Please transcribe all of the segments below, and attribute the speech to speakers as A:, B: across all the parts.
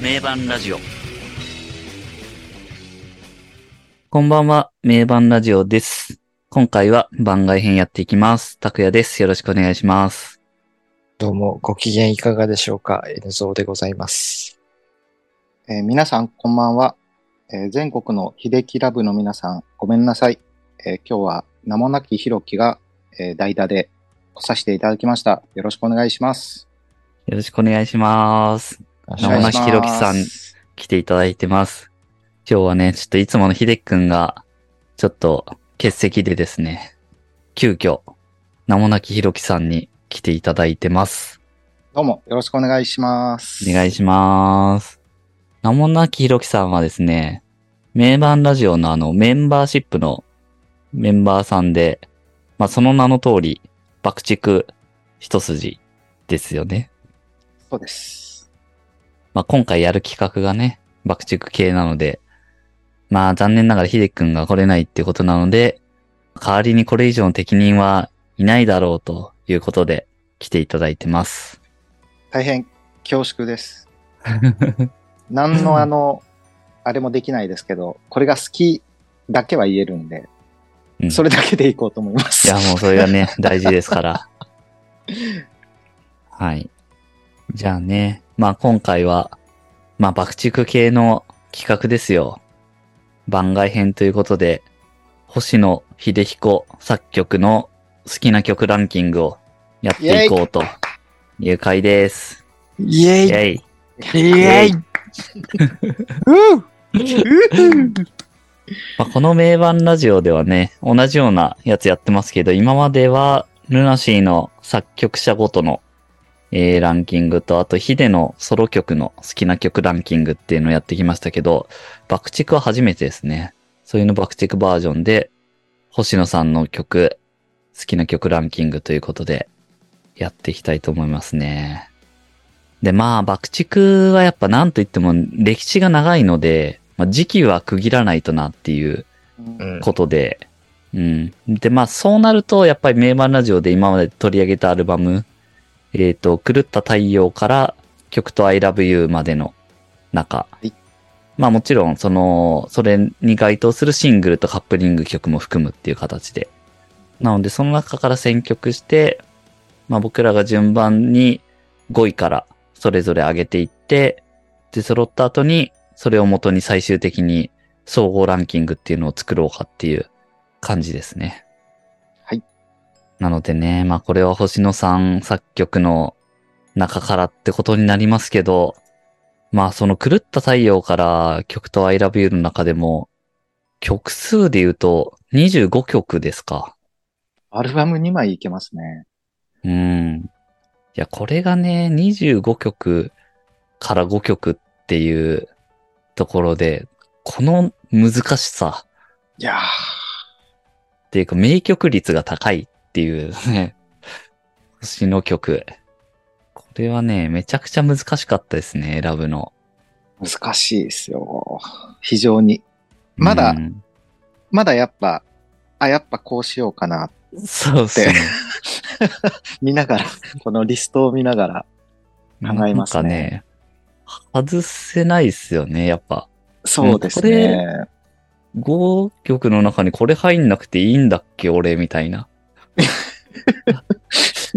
A: 名盤ラジオ。こんばんは、名盤ラジオです。今回は番外編やっていきます。拓也です。よろしくお願いします。
B: どうも、ご機嫌いかがでしょうか ?N ゾーでございます。
C: えー皆さん、こんばんは、えー全国の秀樹ラブの皆さん、ごめんなさい。えー今日は名もなきひろきが、えー代打で来させていただきました。よろしくお願いします。
A: よろしくお願いします。
B: お
A: 名もなきひろきさん
C: お願いします
A: 来ていただいてます。今日はね、ちょっといつものひでっくんが、ちょっと欠席でですね、急遽、名もなきひろきさんに来ていただいてます。
C: どうも、よろしくお願いします。
A: お願いします。名もなきひろきさんはですね、名盤ラジオのあのメンバーシップのメンバーさんで、まあその名の通り、爆竹一筋ですよね。
C: そうです。
A: まあ今回やる企画がね、爆竹系なので、まあ残念ながらヒデ君が来れないってことなので、代わりにこれ以上の適任はいないだろうということで来ていただいてます。
C: 大変恐縮です。 何のあの、あれもできないですけど、これが好きだけは言えるんで、
A: うん
C: それだけでいこうと思います。
A: いや、もうそれがね、大事ですから。はい。じゃあね、まあ今回は、まあ爆竹系の企画ですよ。番外編ということで、星野秀彦作曲の好きな曲ランキングをやっていこうという回です。
B: イェ
A: イ
B: イ
A: ェイ
B: イェイうう
A: まあ、この名盤ラジオではね、同じようなやつやってますけど、今までは、ルナシーの作曲者ごとの、えーランキングと、あと、ヒデのソロ曲の好きな曲ランキングっていうのをやってきましたけど、爆竹は初めてですね。そういうの爆竹バージョンで、星野さんの曲、好きな曲ランキングということで、やっていきたいと思いますね。で、まあ、爆竹はやっぱなんといっても歴史が長いので、まあ、時期は区切らないとなっていう
C: うん
B: ん
A: ことで、うん。で、まあ、そうなると、やっぱり名盤ラジオで今まで取り上げたアルバム、えっ、と、狂った太陽から曲と I love you までの中。
C: い
A: まあ、もちろん、その、それに該当するシングルとカップリング曲も含むっていう形で。なので、その中から選曲して、まあ、僕らが順番に5位からそれぞれ上げていって、で、揃った後に、それを元に最終的に総合ランキングっていうのを作ろうかっていう感じですね。
C: はい。
A: なのでね、まあこれは星野さん作曲の中からってことになりますけど、まあその狂った太陽から曲と I love you の中でも、曲数で言うと25曲ですか。
C: アルバム2枚いけますね。
A: うん。いや、これがね、25曲から5曲っていうところで、この難しさ。
C: いやー、
A: っていうか、名曲率が高いっていう ね、星の曲。これはね、めちゃくちゃ難しかったですね、選ぶの。
C: 難しいですよ。非常に。まだ
A: うん
C: まだやっぱ、あ、やっぱこうしようかな。
A: そうです ね。
C: 見ながら、このリストを見ながら。考えますね
A: なんかね、外せないですよね、やっぱ。
C: そうですね。
A: 5曲の中にこれ入んなくていいんだっけ、俺、みたい な。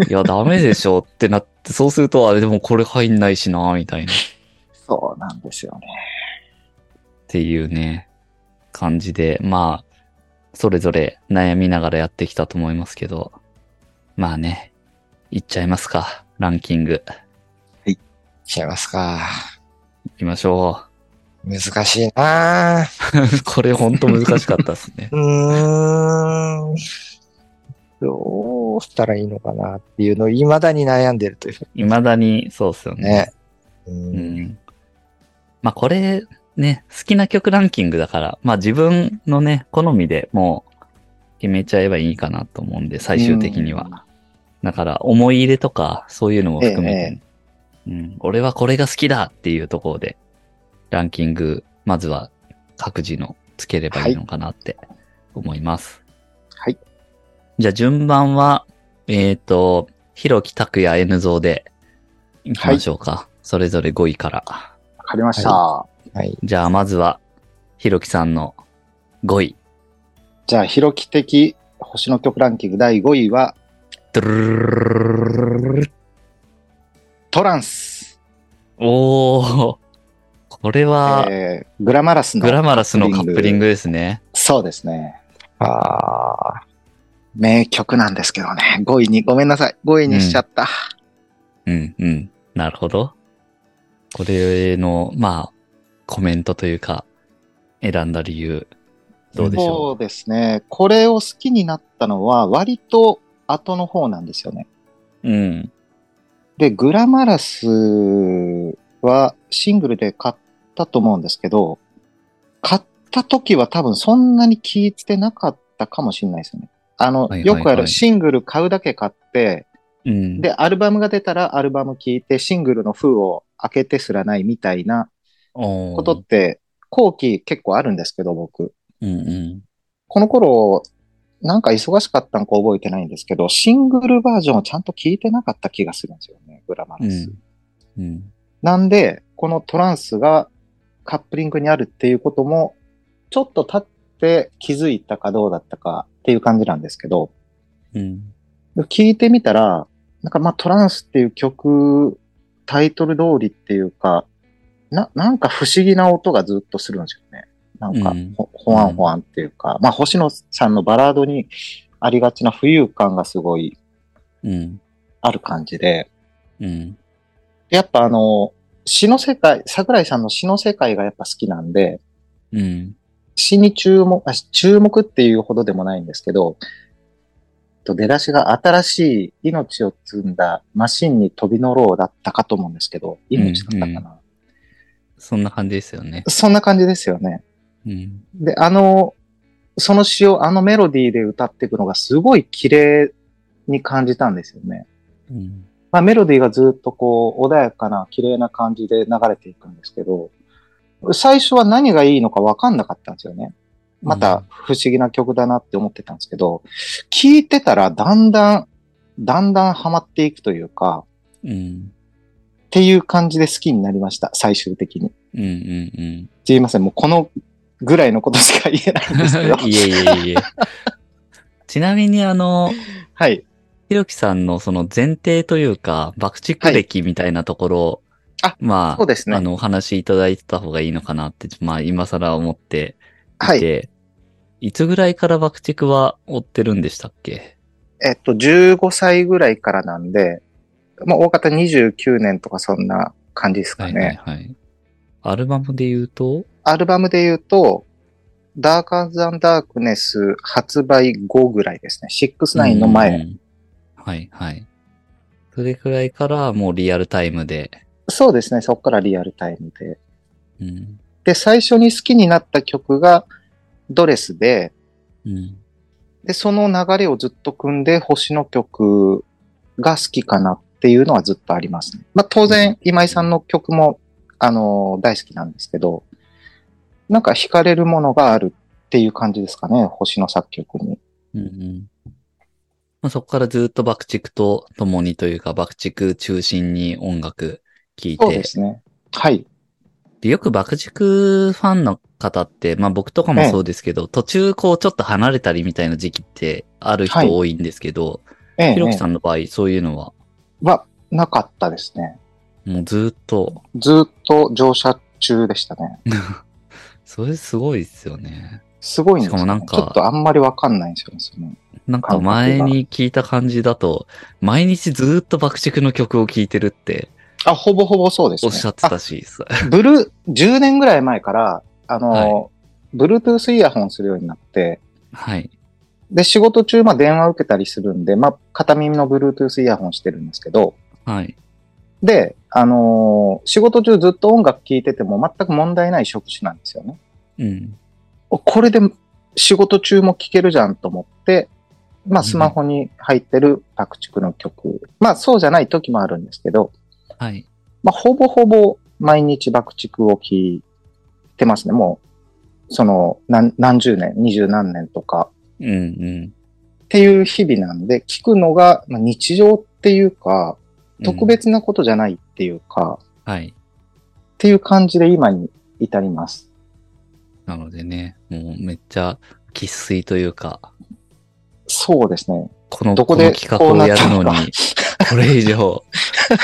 A: いや、ダメでしょってなって、そうすると、あれでもこれ入んないしな、みたいな。
C: そうなんですよね。
A: っていうね、感じで、まあ、それぞれ悩みながらやってきたと思いますけど、まあね、いっちゃいますか、ランキング。
B: ちゃいますか。
A: いきましょ
B: 難しいなぁ。
A: う。 これほんと難しかったです ね。
B: うーん。どうしたらいいのかなっていうのを未だに悩んでるという
A: 未だに、そうっすよね。
B: ね。う。
A: うんん。まあこれ、ね、好きな曲ランキングだから、まあ自分のね、好みでもう決めちゃえばいいかなと思うんで、最終的には。だから、思い入れとか、そういうのも含めて、うん、俺はこれが好きだっていうところで、ランキング、まずは各自のつければいいのかなって思います。
C: はい。
A: じゃあ、順番は、えっ、と、ひろきたくや N 像でいきましょうか。それぞれ5位から。
C: かりました。
B: はい。
A: じゃあまずは、ひろきさんの5位。
C: じゃあ、ひろき的星の曲ランキング第5位は、
A: ドゥルルルルルルル
C: トランス。
A: おー。これは、
C: えー、グラマラス
A: グラ
C: の。
A: マラスのカップリングですね。
C: そうですね。
B: あ
C: 名曲なんですけどね。5位に、ごめんなさい。5位にしちゃった。
A: うん、うん。なるほど。これの、まあ、コメントというか、選んだ理由、どうでしょ
C: そうですね。これを好きになったのは、割と後の方なんですよね。
A: う。うん。
C: で、グラマラスはシングルで買ったと思うんですけど、買った時は多分そんなに気いてなかったかもしれないですよね。あの、
A: はいはい
C: よ
A: はい
C: くあるシングル買うだけ買って、
A: うん。
C: で、アルバムが出たらアルバム聴いて、シングルの封を開けてすらないみたいな
A: おー、
C: ことって、後期結構あるんですけど、僕。
A: うんうん。
C: この頃、なんか忙しかったんか覚えてないんですけど、シングルバージョンをちゃんと聞いてなかった気がするんですよね、グラマラス。
A: うんうん。
C: なんで、このトランスがカップリングにあるっていうことも、ちょっと経って気づいたかどうだったかっていう感じなんですけど、
A: うん。
C: 聞いてみたら、なんかまあトランスっていう曲、タイトル通りっていうか、な、なんか不思議な音がずっとするんですよね。なんか
A: うん
C: ほ、ほわんほわんっていうか、まあ星野さんのバラードにありがちな浮遊感がすごい
A: うん。
C: ある感じで、
A: うん。
C: やっぱあの、詩の世界、桜井さんの詩の世界がやっぱ好きなんで、
A: うん。
C: 詩に注目、あ注目っていうほどでもないんですけど、と出だしが新しい命を積んだマシンに飛び乗ろうだったかと思うんですけど、命だったかな。
A: うんそんな感じですよね。
C: そんな感じですよね。
A: うん。
C: で、あの、その詩をあのメロディーで歌っていくのがすごい綺麗に感じたんですよね。
A: うん。
C: まあ、メロディーがずっとこう穏やかな綺麗な感じで流れていくんですけど、最初は何がいいのか分かんなかったんですよね。また不思議な曲だなって思ってたんですけど、聴いてたらだんだん、だんだんハマっていくというか、
A: うん。
C: っていう感じで好きになりました、最終的に。
A: うん。うん。うん。。
C: すいません、もうこのぐらいのことしか言えない んですけど
A: いえいえいえ。ちなみにあの、
C: はい。
A: ひろきさんのその前提というか、爆竹歴みたいなところを、
C: はい
A: ま
C: そうです
A: あ、あ
C: ね。
A: の、お話しいただいてた方がいいのかなって、まあ、今更思って
C: はいい。
A: て、い、つぐらいから爆竹は追ってるんでしたっけ
C: えっと、15歳ぐらいからなんで、まあ、大方29年とかそんな感じですか
A: は
C: ね。
A: いはいはい。アルバムで言うと、
C: アルバムで言うと、ダークアンズダークネス発売後ぐらいですね。69の前。
A: うんうんはいはい。それくらいからもうリアルタイムで、
C: そうですね。そこからリアルタイムで。
A: うん。
C: で、最初に好きになった曲がドレスで、
A: うん。
C: で、その流れをずっと組んで、星の曲が好きかなっていうのはずっとありますね。まあ当
A: う
C: 然
A: ん、
C: 今井さんの曲も、あのー大好きなんですけど、なんか惹かれるものがあるっていう感じですかね。星の作曲に。
A: うんうんまあ、そこからずっと爆竹と共にというか、爆竹中心に音楽聴い
C: そう
A: て
C: で、すね。はい。
A: でよく爆竹ファンの方って、まあ僕とかもそうですけど、途中こうちょっと離れたりみたいな時期ってある
C: はい
A: 人多いんですけど、
C: ええ
A: ひろきさんの場合そういうのは
C: はなかったですね。
A: もうずっと、
C: ずーっと乗車中でしたね。
A: それすごいですよね。
C: すごいんですよ、ね。
A: しかもなんか
C: ちょっとあんまりわかんないんですよねその。
A: なんか前に聞いた感じだと、毎日ずっと爆竹の曲を聴いてるって
C: あ、ほぼほぼそうです
A: お
C: ね。
A: っしゃってたし、
C: あブルー、10年ぐらい前から、あの、Bluetooth イヤホンするようになって、
A: はい。
C: で、仕事中、まあ、電話受けたりするんで、まあ、片耳の Bluetooth イヤホンしてるんですけど、
A: はい。
C: で、あのー仕事中ずっと音楽聴いてても全く問題ない職種なんですよね。
A: うん。
C: おこれで仕事中も聴けるじゃんと思って、まあスマホに入ってる爆竹の曲、まあそうじゃない時もあるんですけど、
A: はい。
C: まあほぼほぼ毎日爆竹を聴いてますね。もう、その何何十年、二十何年とか
A: うんうん。
C: っていう日々なんで、聴くのがまあ日常っていうか、特別なことじゃないっていうか、
A: うん。はい。
C: っていう感じで今に至ります。
A: なのでね、もうめっちゃ喫水というか、
C: そうですね。
A: この
C: どこ
A: この
C: で
A: 企画をやるの
C: こうなった
A: に、これ以上、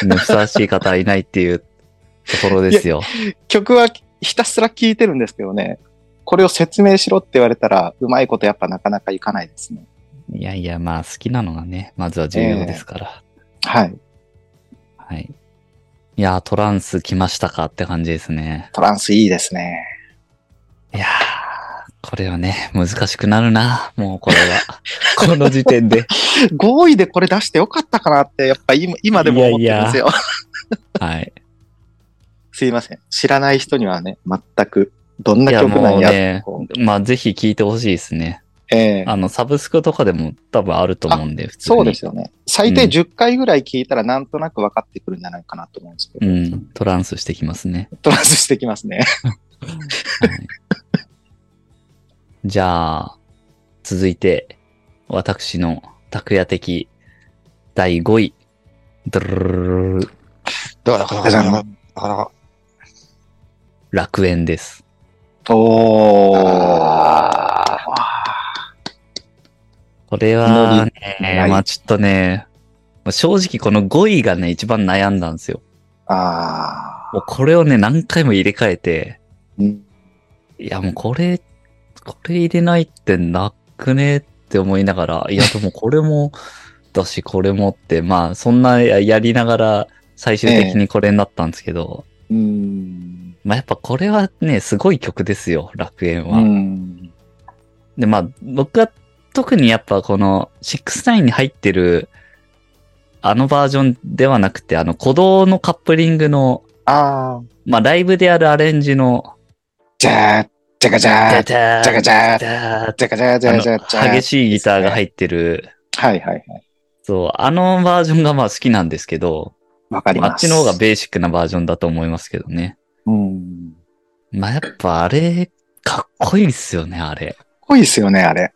A: ねふさわしい方はいないっていうところですよ。
C: 曲はひたすら聴いてるんですけどね、これを説明しろって言われたら、うまいことやっぱなかなかいかないですね。
A: いやいや、まあ好きなのがね、まずは重要ですから。
C: はい。
A: はい。いやー、トランス来ましたかって感じですね。
C: トランスいいですね。
A: いやー、これはね、難しくなるな。もうこれ は。この時点で。
C: 5位でこれ出してよかったかなって、やっぱ今今でも思ってるんですよ。
A: はい。
C: すいません。知らない人にはね、全く、どんな曲なん
A: いやもう
C: や
A: ね
C: こう
A: まあぜひ聞いてほしいですね。
C: ええ
A: あの、サブスクとかでも多分あると思うんで、普通に。
C: そうですよね。最低
A: うん
C: 10回ぐらい聞いたらなんとなく分かってくるんじゃないかなと思うんですけ
A: う
C: ど、
A: ん、トランスしてきますね。
C: トランスしてきま すね。
A: はい、じゃあ、続いて、私の拓也的第5位。ドゥルルルルル
B: どうだ、これ、なかなか。
A: 楽園です。
C: おー。
B: あ
A: これはね、
C: ない
A: まあちょっとね、まあ正直この5位がね、一番悩んだんですよ。
C: あ
A: もうこれをね、何回も入れ替えて、
C: ー。うん
A: いやもうこれ、これ入れないってなくねって思いながら、いやでもこれも、だしこれもって、まあそんなややりながら最終的にこれになったんですけど、
C: うん。
A: まあやっぱこれはね、すごい曲ですよ、楽園
C: う
A: は。
C: ん。
A: でまあ僕は特にやっぱこの69に入ってるあのバージョンではなくて、あの鼓動のカップリングの、
C: あー。
A: まあライブでやるアレンジの、
C: じゃー、じゃかじ
A: ダ
C: ゃー、
A: ダー
C: じゃかじゃ
A: ダ
C: ー、
A: ダー
C: じゃかじゃーじゃーじゃーじゃ
A: あの
C: ー
A: 激しいギターが入ってる、
C: はいはいはい。
A: そう、あのバージョンがまあ好きなんですけど、
C: わかり
A: あ
C: ます。
A: っちの方がベーシックなバージョンだと思いますけどね。
C: うん。か
A: まあやっぱあれ、かっこいいっすよね、あれ。
C: っこいいですよね、あれ。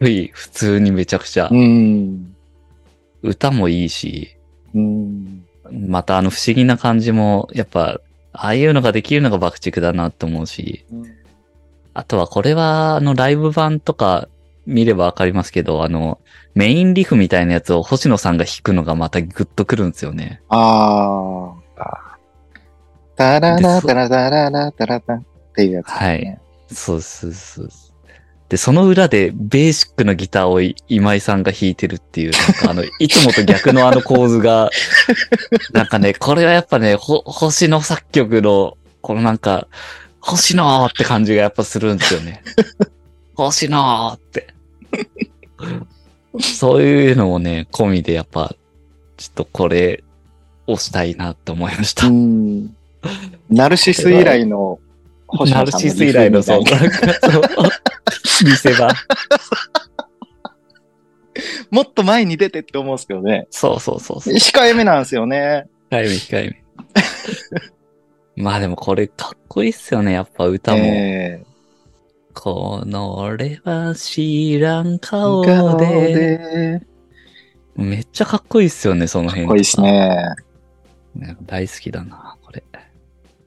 A: うい普通にめちゃくちゃ
C: う。ん。
A: 歌もいいし、
C: うん。
A: またあの不思議な感じも、やっぱ、ああいうのができるのが爆竹だなと思うし、あとはこれはあのライブ版とか見ればわかりますけど、あのメインリフみたいなやつを星野さんが弾くのがまたグッとくるんですよね。
C: ああ。タラ
A: で
C: ラ
A: そ
C: タラタララタラタっていうやつですね。
A: そうそうそうそう。で、その裏でベーシックなギターをい今井さんが弾いてるっていう、なん かあの、いつもと逆のあの構図が、なんかね、これはやっぱね、ほ星野作曲の、このなんか、星野って感じがやっぱするんですよね。星野って。そういうのもね、込みでやっぱ、ちょっとこれ、をしたいなって思いました。
C: うん。ナルシス以来の星
A: ナ
C: 野
A: ル
C: さん
A: シ
C: の
A: ス以来の、そう、
C: リフみたい
A: なんかそう、見せ場。
C: なもっと前に出てって思うんですけどね。
A: そうそうそうそう。
C: 控えめなんですよね。
A: 控えめ、控えめ。 まあでもこれかっこいいっすよね、やっぱ歌も。
C: え
A: この俺は知らん
C: ー
A: 顔
C: 顔
A: で。
C: で。
A: めっちゃかっこいいっすよね、その
C: か
A: 辺
C: っ
A: と
C: こいいです。ね。
A: なんか大好きだな、これ。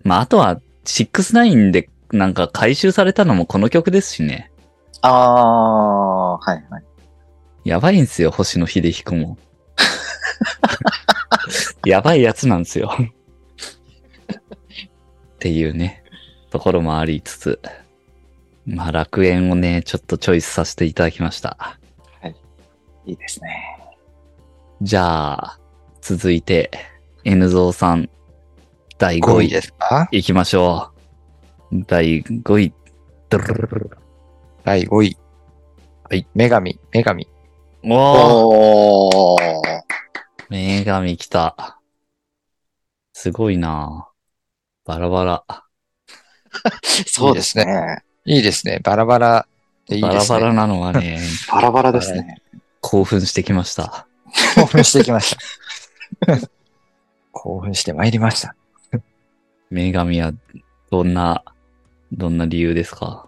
A: まああとは、69でなんか回収されたのもこの曲ですしね。
C: ああ、はいはい。
A: やばいんすよ、星野秀彦 も。やばいやつなんですよ。っていうね、ところもありつつ、まあ楽園をね、ちょっとチョイスさせていただきました。
C: いいですね。
A: じゃあ、続いて、N ゾウさん、第
B: 5
A: 5
B: 位
A: 位、
B: ですか
A: いきましょう。第5位、ドゥルルルルル
B: 第5位。
A: はい。
B: 女神、女神。
A: おー
C: おー。
A: 女神来た。すごいなバラバラ。
C: そうですね。
B: いいですね。バラバラでいい
A: バ
B: で
A: ラ
B: す
A: バ
B: ね。
A: ラなのはね、
C: バラバラですね。
A: 興奮してきました。
B: 興奮してきました。 興奮してまいりました。
A: 女神はどんな、どんな理由ですか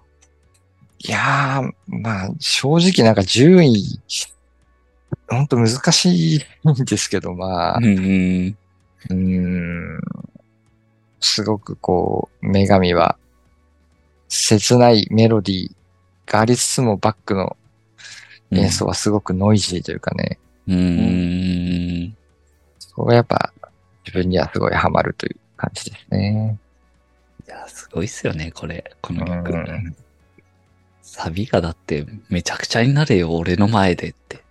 B: いやー、まあ、正直なんか10位、ほんと難しいんですけど、まあ
A: う、んうん。
B: うーん、すごくこう、女神は、切ないメロディーがありつつもバックの
A: うん
B: 演奏はすごくノイジーというかね、
A: うーん。
B: そこがやっぱ自分にはすごいハマるという感じですね。
A: いや、すごいっすよね、これ。この曲。
B: うん
A: サビがだって、めちゃくちゃになれよ、俺の前でって。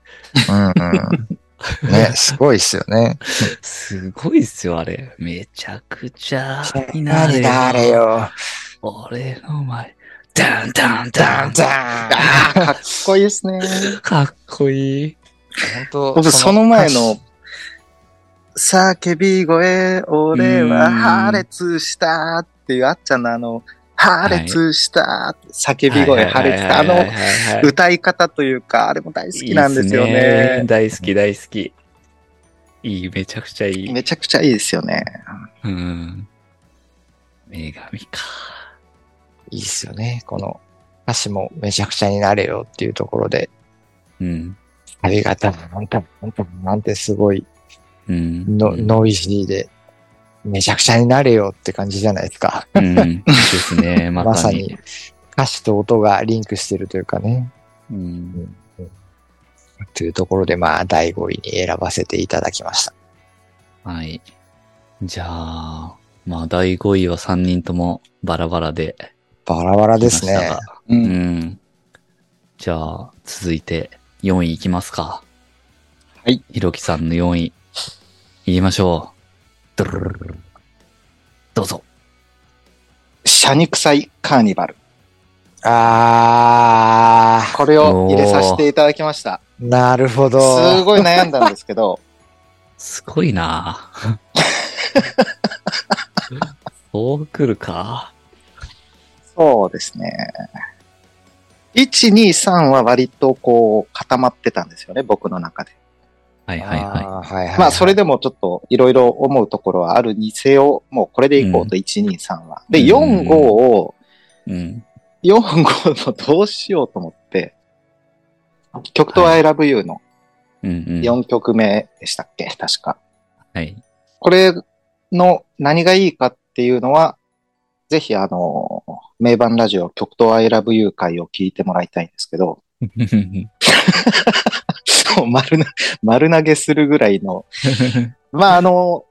B: うんうん。ね、すごいっすよね。
A: すごいっすよ、あれ。めちゃくちゃになれよ。
B: 誰よ。
A: 俺の前。ダンダンダ
B: ダ
A: ン
B: ン
A: ダ
B: ダ
C: ああ、かっこいいですね。
A: ン。かっこいい。
B: ン本
C: 僕、その前の、叫び声、俺は破裂したっていう、あっちゃんのあの、破裂した、叫び声破裂した、あ
A: はいは
C: の
A: いはいはい
C: 歌い方というか、あれも大好
A: いいっ
C: きなんですよね。
A: 大好き、大好き。いい、めちゃくちゃいい。
C: めちゃくちゃいいですよね。
A: うん。女神か。
B: いいっすよね。この歌詞もめちゃくちゃになれよっていうところで、
A: うん。
B: ありがたい、あんた、あんた、なんてすごい
A: うん。
B: の
A: うん
B: ノイジーで、めちゃくちゃになれよって感じじゃないですか。
A: うん。ですね、ま
B: ま
A: さ
B: さ
A: に
B: に。歌詞と音がリンクしてるというかね。
A: うん
B: というところで、まあ、第5位に選ばせていただきました。
A: はい。じゃあ、まあ、第5位は3人ともバラバラで
B: バラバラ
A: 来ま
B: で
A: した
B: すね
A: が。。
C: う。
A: うんん。じゃあ、続いて4位いきますか。
C: はい。
A: ひろきさんの4位、言いましょう。ドゥルルルルルどうぞ。
C: シャニクサイカーニバル。
B: あ
C: これを入れさせていただきました。
B: ー、なるほど。
C: すごい悩んだんです けど、
A: すごい なぁそう来るか。
C: そうですね。1、2、3は割とこう固まってたんですよね、僕の中で。
A: はいはいはい。
B: あーはいはいはい。
C: まあ、それでもちょっといろいろ思うところはあるにせよ、もうこれでいこうと、1、2、3は。で、
A: うん
C: 4、5を、
A: うん。
C: 4、5のどうしようと思って、曲とは選ぶ u の
A: うんうん。
C: 4曲目でしたっけ、確か。
A: はい。
C: これの何がいいかっていうのは、ぜひあの、名盤ラジオ曲とは選ぶ u 会を聞いてもらいたいんですけど、 もう丸な丸投げするぐらいのまあ、あの、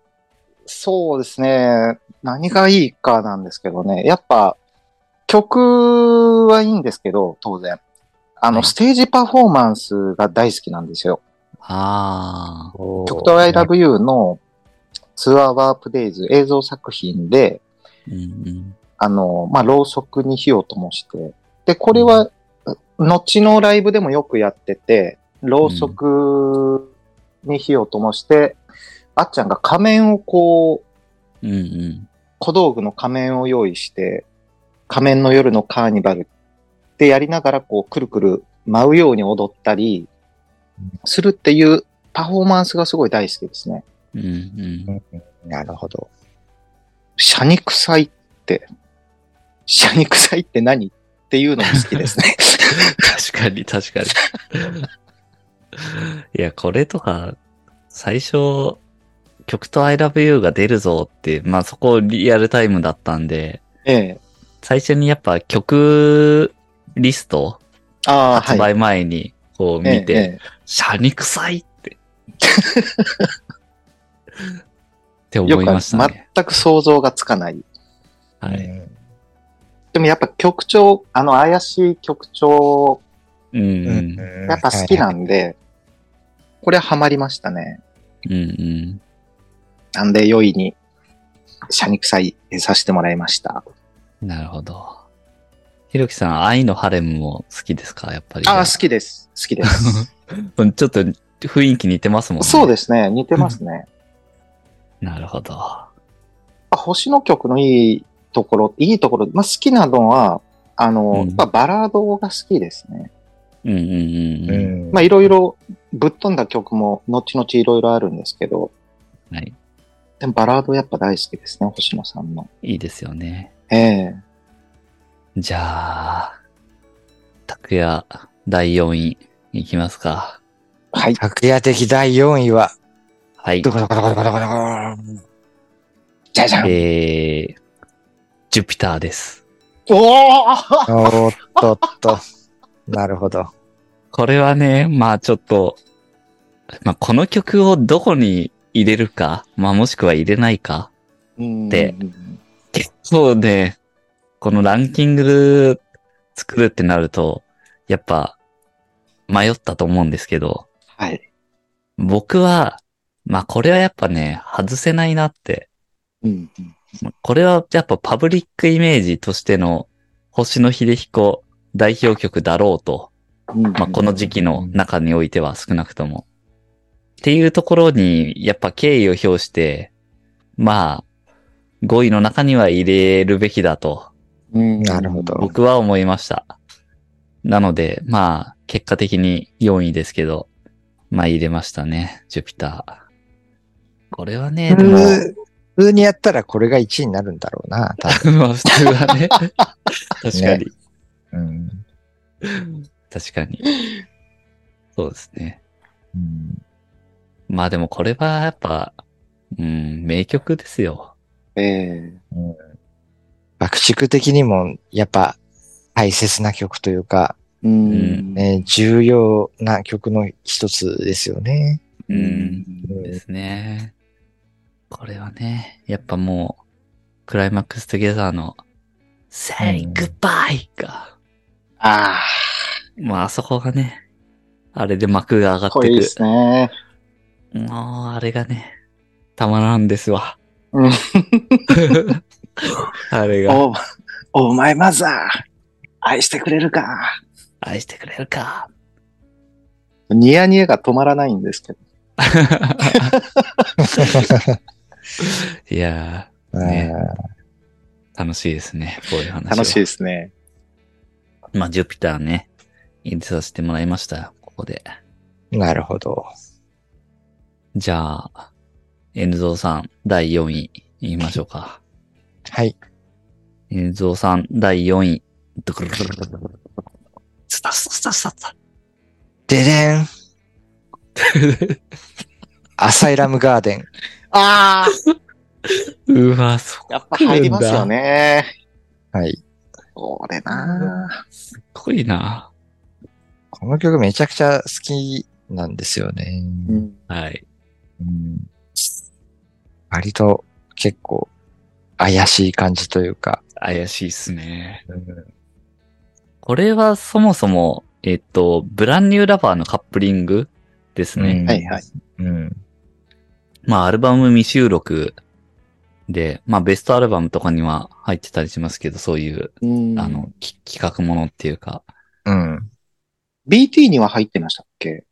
C: そうですね。何がいいかなんですけどね。やっぱ、曲はいいんですけど、当然。あの、
A: はい
C: ステージパフォーマンスが大好きなんですよ。
A: ああ。
B: おー、
C: 曲と I love you のツアーワープデイズ映像作品で、
A: うんうん。
C: あの、まあ、ろうそくに火を灯して、で、これは、後のライブでもよくやってて、ろうそくに火を灯して、あっちゃんが仮面をこう、
A: うんうん。
C: 小道具の仮面を用意して、仮面の夜のカーニバルってやりながら、こう、くるくる舞うように踊ったりするっていうパフォーマンスがすごい大好きですね。
A: うんうん。
B: なるほど。
C: シャニクサイって、シャニクサイって何っていうのも好きで すね。
A: 確かに、確かに。 いや、これとか、最初、曲と I love you が出るぞって、まあそこリアルタイムだったんで、
C: ええ。
A: 最初にやっぱ曲リスト、
C: ああ、
A: 発
C: はい。
A: 売前にこう
C: ええ
A: 見て、
C: え
A: シャニ臭いって。って
C: え
A: 思
C: よ
A: い
C: く
A: ましたね。
C: 全く想像がつかない。
A: はい。
C: でもやっぱ曲調、あの怪しい曲調、
A: うん
B: う
A: うん
B: ん。。
C: やっぱ好きなんで、これはハマりましたね。
A: うんうん。
C: なんで、良いに、社肉祭させてもらいました。
A: なるほど。ひろきさん、愛のハレムも好きですかやっぱり。
C: ああ、好きです。好きです。
A: うんちょっと雰囲気似てますもんね。。
C: そうですすね。似てますね。
A: なるほど。は
C: やっぱ星の曲のいいところ、いいところ、まあ、好きなのは、あの、
A: うん
C: やっぱバラードが好きですね。
A: いうんうん
B: う。
A: うん
C: まあ、いろいろぶっ飛んだ曲も、後々いろいろあるんですけど、
A: ん。はい。
C: でもバラードやっぱ大好きですね、星野さんの。
A: いいですよね。
C: ええ
A: じゃあ、拓也第4位いきますか。
C: はい。
B: 昨夜的第4位は、
A: はい
B: ど。こどこどこどこどこどこ
C: じゃじゃん。
A: えー、ジュピターです。
C: おー
B: おーっとっと。なるほど。
A: これはね、まあちょっと、まあこの曲をどこに入れるか、まあもしくは入れないか、
C: うん
A: で結構ね、このランキング作るってなると、やっぱ迷ったと思うんですけど、
C: はい。
A: 僕は、まあこれはやっぱね、外せないなって。
C: うんうん
A: これはやっぱパブリックイメージとしての星野秀彦代表曲だろうと、
C: うん
A: まあこの時期の中においては少なくとも。っていうところに、やっぱ敬意を表して、まあ、5位の中には入れるべきだと
C: うん
B: なるほど
A: 僕は思いました。なので、まあ、結果的に4位ですけど、まあ入れましたね、ジュピター。これはね、で
B: 普
A: も、
B: 通普通にやったらこれが1位になるんだろう な、多
A: まあ普通はね、確かに、
B: ね分。うん
A: 確かに。そうですね。
B: うん
A: まあでもこれはやっぱ、うん、名曲ですよ。
C: え
B: 爆竹的にも、やっぱ、大切な曲というか、
C: えうん
B: ね、重要な曲の一つですよね。
A: う、
C: うんん
A: ですね。これはね、やっぱもう、クライマックストゥゲザーの、Say Goodbye が、
C: あ
A: まあ、あそこがね、あれで幕が上
C: あ、
A: が
C: か
A: っ
C: ってこ
A: く。
C: いいですね。
A: もう、あれがね、たまらんですわ。
C: うん
A: あれが、
C: お、お前マザー、愛してくれるか。
A: 愛してくれる か。
C: ニヤニヤが止まらないんですけど。
A: いやねー、楽しいですね、こういう話は。
C: 楽しいですね。
A: まあ、ジュピターね、入れさせてもらいました、ここで。
B: うんなるほど。
A: じゃあ、エヌゾーさん、第4位、言いましょうか。
B: はい。
A: エヌゾーさん、第4位。ドクルルルルルルルスタスタスタスタスタ。
B: ででんアサイラムガーデン。
C: あ
A: うわ、そ
C: あ、やっぱ入りますよね。
B: はい。
C: これな
A: っこいいな。
B: この曲めちゃくちゃ好きなんですよね。
C: ぁうん。
A: はい。
B: うん割と結構怪しい感じというか。
A: 怪しいっすね。
B: うん
A: これはそもそも、えっと、ブランニューラバーのカップリングですね。
C: はいはい。
B: うん。
A: まあ、アルバム未収録で、まあ、ベストアルバムとかには入ってたりしますけど、そういう、
C: うん
A: あの、、き企画ものっていうか、
B: うん。
C: BT には入ってましたっけ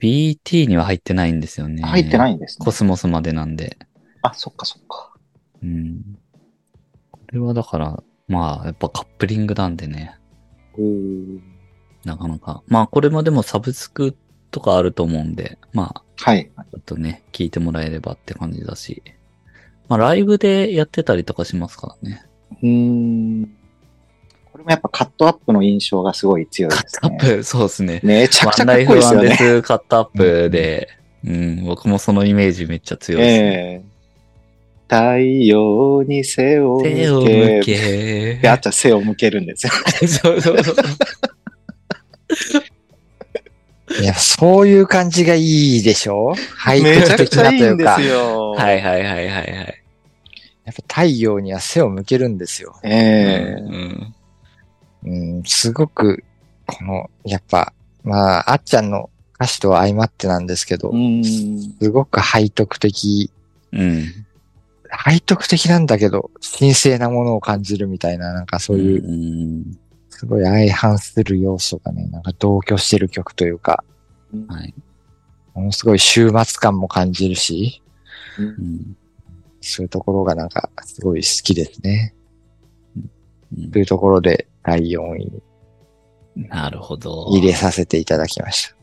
A: BT には入ってないんですよね。。
C: 入ってないいんです
A: コ
C: ね。
A: スモスまでなんで。
C: あ、そっかそっか。
A: うん。これはだから、まあ、やっぱカップリングなんでね。
C: うん
A: なかなか。まあ、これもでもサブスクとかあると思うんで、まあ、
C: はい。
A: ちょっとね、聞いてもらえればって感じだし。まあ、ライブでやってたりとかしますからね。
C: うん。これもやっぱカットアップの印象がすごい強いです
A: カ
C: ね
A: ッ。プ、そうですね。
C: めちゃ
A: ワ
C: くちゃ
A: ン
C: か
A: ラ
C: っ
A: イ
C: こ
A: フ
C: いいです
A: ワン
C: よ
A: デス
C: ね。
A: カットアップで、うん、僕もそのイメージめっちゃ強いですね。
C: ええ太陽に背を
A: 手を
C: 向け
A: 向。け。
C: で、あっちゃん背を向けるんですよ。
A: そうそう そう。
B: いや、そういう感じがいいでしょ俳
C: めち
B: 句
C: ゃく
B: 的
C: ちゃ
B: ないと
C: い
B: い
C: ん
B: う
C: で
B: か。
C: すよ。。
A: はいいはいはいはいはい。
B: やっぱ太陽には背を向けるんですよ。
C: え
A: う
C: え
A: ん
B: うん、すごく、この、やっぱ、まあ、あっちゃんの歌詞とは相まってなんですけど、
C: うん。
B: すごく背徳的、
A: うん。
B: 背徳的なんだけど、神聖なものを感じるみたいな、なんかそういう、
A: うん。
B: すごい相反する要素がね、なんか同居してる曲というか、
A: はい。
B: ものすごい終末感も感じるし、
A: うん。
B: そういうところがなんか、すごい好きですね。
A: うん
B: というところで、第4位に
A: なるほど。
B: 入れさせていただきました。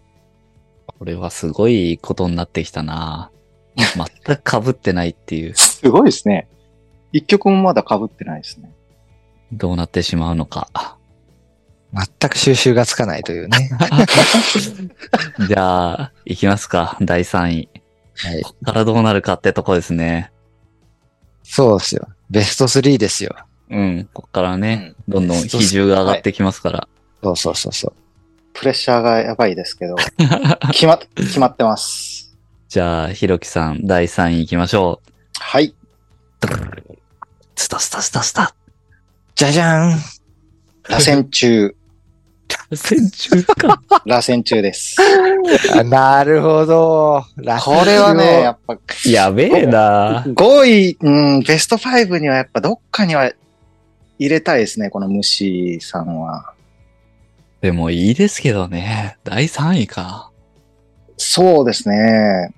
A: これはすごいことになってきた な。全く被ってないっていう、
C: すごいですね。一曲もまだ被ってないですね。
A: どうなってしまうの か。
B: 全く収集がつかないという ね。
A: じゃあ、いきますか。第3位。
B: はい。
A: こっからどうなるかってとこですね。
B: そうですよ。ベスト3ですよ。
A: うん、こっからね、どんどん比重が上がってきますから。
B: そうそうそうそう。
C: プレッシャーがやばいですけど、決まっ、決まってます。
A: じゃあ、ひろきさん、第3位行きましょう。
C: はい。
A: スタスタスタスタ。
B: じゃじゃん
C: 螺旋 中、
A: 戦中か。
C: 螺旋中です。
B: あなるほど。ラ
C: これはね、やっぱ、
A: やべえな
C: 5位、うん、ベスト5にはやっぱどっかには入れたいですね、この虫さんは。
A: でもいいですけどね。第3位か。
C: そうですね。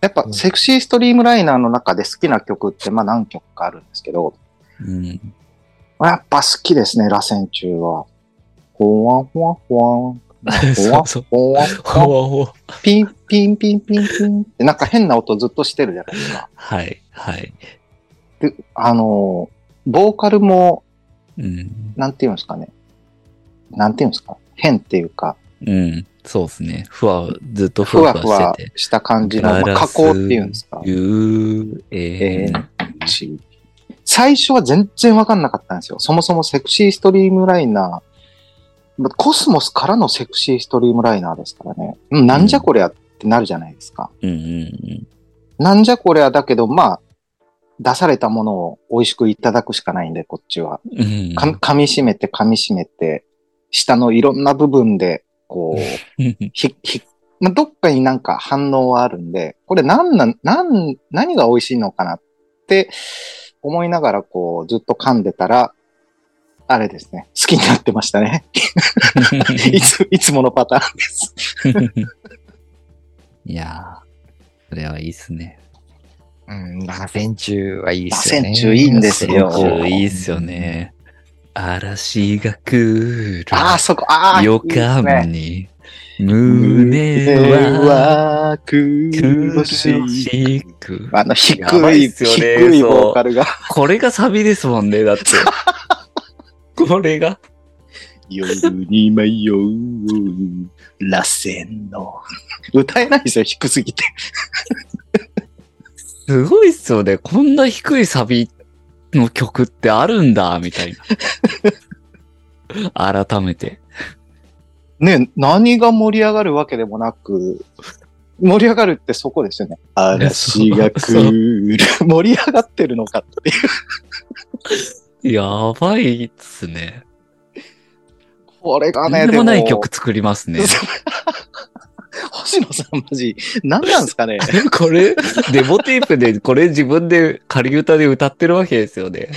C: やっぱ
B: う、ん
C: セクシーストリームライナーの中で好きな曲って、まあ何曲かあるんですけど、
A: うん。
C: まあやっぱ好きですね、螺旋中は。ほわほわほわ。ほ わ
A: そう
C: ほわ
A: ほ
C: ほわ。
A: わほわ
C: ピンピンピンピンピンって、なんか変な音ずっとしてるじゃないですか。
A: はい、はい。
C: で、あの、ボーカルも、
A: うん。
C: なんていうんですかね。なんていうんですか。変っていうか、
A: うん。そうですね。ふわ、ずっとふ
C: ふ
A: わ
C: わ
A: ふ
C: ふ
A: わ
C: わ
A: してて。
C: した感じの、
A: ガ
C: まあ、
A: ラ
C: 加
A: ス
C: 工っていうんですか。
A: ゆう、え
C: え
A: ー、
C: ー最初は全然わかんなかったんですよ。そもそもセクシーストリームライナー、コスモスからのセクシーストリームライナーですからね。うんなんじゃこりゃってなるじゃないですか。
A: うんうん
C: なんじゃこりゃだけど、まあ、出されたものを美味しくいただくしかないんで、こっちは。
A: うん。うん。
C: か噛み締めて噛み締めて、下のいろんな部分で、こう、ひ、ひ、まあ、どっかになんか反応はあるんで、これ何なん、なん、何が美味しいのかなって思いながらこうずっと噛んでたら、あれですね。好きになってました ね。いつ、いつものパターンです。
A: いやー、それはいいっすね。
B: うん、ラセンチューはいいですよね。
C: 螺旋中いいんですよ
A: すごくいいっすよね。嵐が来る。
C: ああ、そこ、ああ、
A: よ
C: いいです
A: か
C: ね。
A: に、胸は、
C: は苦
A: 苦
C: しい。
A: しく。
C: あの、低
A: やばい
C: い、
A: っすよね
C: 低いボーカルが、
A: これがサビですもんね、だって。 これが。
C: 夜に迷う、螺旋の。歌えないですよ、低すぎて。
A: すごいっすよね。こんな低いサビの曲ってあるんだ、みたいな。 改めて。
C: ね、何が盛り上がるわけでもなく、盛り上がるってそこですよね。嵐が来る。盛り上がってるのかっていう。
A: やばいっすね。
C: これが
A: とん
C: ね、
A: でもない曲作りますね。
C: 星野さんマジ、何なんです かね。
A: これ、デモテープで、これ自分で仮歌で歌ってるわけですよね。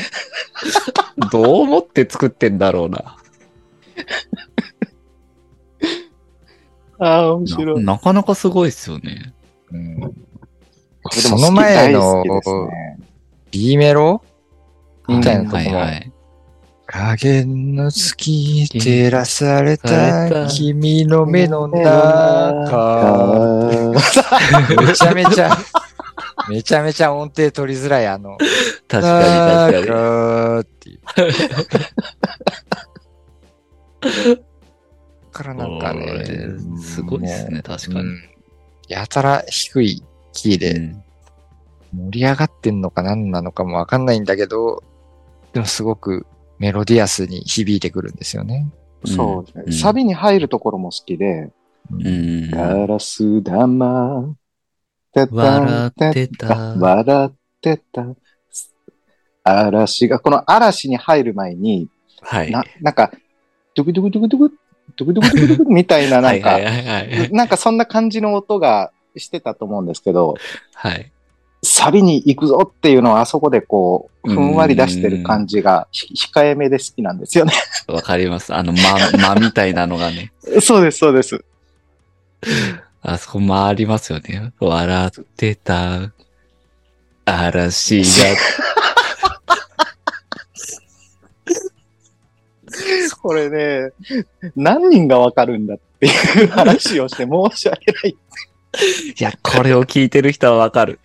A: どう思って作ってんだろうな。
C: ああ、面
A: な
C: 白い。
A: なかなかすごいっすよね。
B: うん
C: これで
B: そ
C: も
B: の前の
C: 好き大好きですね
B: B メロみたいなとこ
A: は
B: も
A: いはい。
B: 影の月照らされ
A: 照ら
B: た
A: された
B: 君の目の中。めちゃめちゃ、めちゃめちゃ音程取りづらい、あの、
A: 確かに確かに。
B: かっていう。からなんか
A: こ
B: ね
A: れ、すごいっすね、確
B: も
A: か
B: う。う
A: に。
B: んやたら低いキー
A: う
B: で
A: ん
B: 盛り上がってんのか何なのかもわかんないんだけど、でもすごくメロディアスに響いてくるんですよね。
C: そうですね、
A: うん
C: サビに入るところも好きで、
A: うん
C: ガラス玉、て
A: 笑って
C: あ
A: た。
C: 笑ってた。嵐が、この嵐に入る前に、
A: はい。
C: な、なんか、ドゥクドゥクドゥクドゥク、ドゥクドゥクドゥクドゥクみたいな、なん
A: はい
C: か、
A: はいはいはい。
C: なんかそんな感じの音がしてたと思うんですけど、
A: はい。
C: サビに行くぞっていうのをあそこでこう、ふんわり出してる感じが、ひ控えめで好きなんですよね。
A: わかります。あの、間、間みたいなのがね。
C: そうです、そうです。
A: あそこ回りますよね。笑ってた。嵐が。
C: これね、何人がわかるんだっていう話をして申し訳ない。
A: いや、これを聞いてる人はわかる。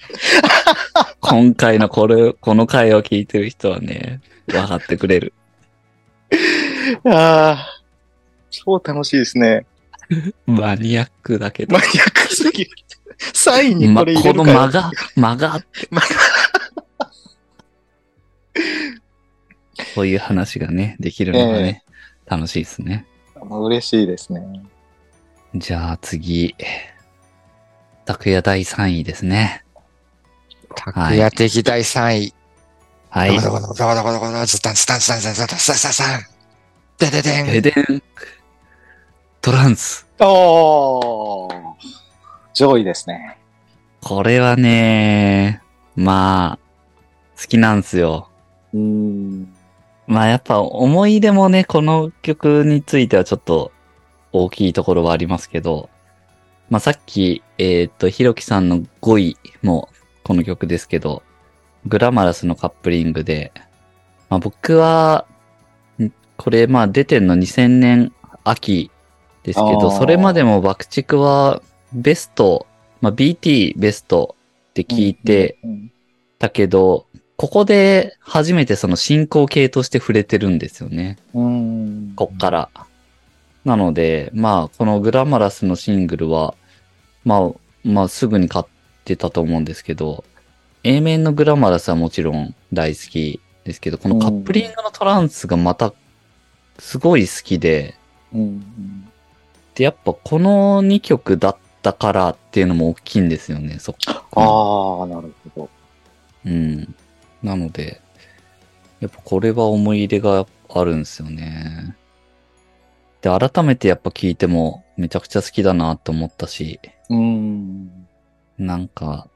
A: 今回のこれ、この回を聞いてる人はね、わかってくれる。
C: ああ、超楽しいですね。
A: マニアックだけど
C: マ。ニアックすぎる。サインに
A: ま、こ
C: これ入れる
A: の
C: かよ
A: 間が、間があって。そういう話がね、できるのがね、楽しいですね。
C: 嬉しいですね。
A: じゃあ次、拓也第3位ですね。
B: 拓也的第3位。
A: は
B: はいい。。どこどこどこどこどこどこズタンズタンズタンズタンズタンズタンズタンズタン。ででで
A: で
B: ん。
A: でん。トランス。
C: おー上位ですね。
A: これはね、まあ、好きなんすよ。
C: うーん。
A: まあやっぱ思い出もね、この曲についてはちょっと大きいところはありますけど、まあさっき、えっ、と、ひろきさんの5位もこの曲ですけど、グラマラスのカップリングで、まあ僕は、んこれまあ出てんの2000年秋ですけど、
C: あー
A: それまでも爆竹はベスト、まあ BT ベストって聞いて、
C: うん
A: だけど、ここで初めてその進行形として触れてるんですよね。
C: うーん。
A: こっから。なので、まあ、このグラマラスのシングルは、まあ、まあ、すぐに買ってたと思うんですけど、A 面のグラマラスはもちろん大好きですけど、このカップリングのトランスがまた、すごい好きで、
C: うん。
A: で、やっぱこの2曲だったからっていうのも大きいんですよね、そっか。
C: ああ、なるほど。
A: うん。なので、やっぱこれは思い入れがあるんですよね。で、改めてやっぱ聞いてもめちゃくちゃ好きだなと思ったし、
C: うーん。
A: なんか、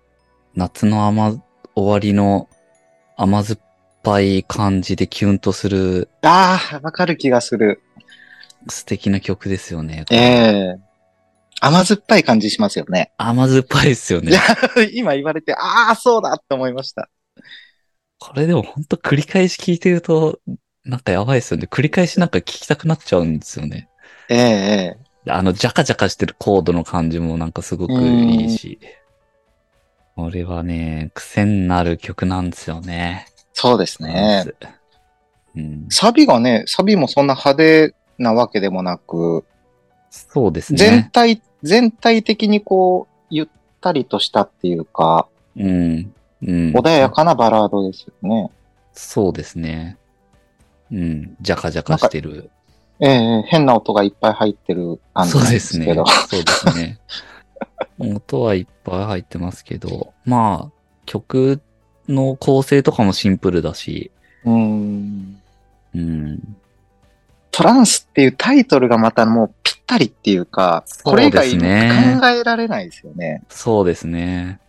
A: 夏の甘、終わりの甘酸っぱい感じでキュンとする
C: ああ、わかる気がする。
A: 素敵な曲ですよね。
C: ええ甘酸っぱい感じしますよね。
A: 甘酸っぱいですよ
C: いや
A: ね。、
C: 今言われて、ああ、そうだって思いました。
A: これでもほんと繰り返し聞いてると、なんかやばいですよね。繰り返しなんか聞きたくなっちゃうんですよね。
C: ええ
A: あの、ジャカジャカしてるコードの感じもなんかすごくいいし。これはね、癖になる曲なんですよね。
C: そうですね。
A: うん、
C: サビがね、サビもそんな派手なわけでもなく、
A: そうです
C: 全
A: ね。
C: 体、全体的にこう、ゆったりとしたっていうか、
A: うん。うん。
C: 穏やかなバラードですよね。
A: そうですね。うん。ジャカジャカしてる。
C: ええ変な音がいっぱい入ってる感じ
A: そう
C: なんで
A: です
C: す
A: ね。そ
C: けど。
A: うです ね。音はいっぱい入ってますけど、まあ、曲の構成とかもシンプルだし、
C: うーん。
A: うん。
C: トランスっていうタイトルがまたもうぴったりっていうか、これ以外
A: そうですね
C: 考えられないですよね。
A: そうですね。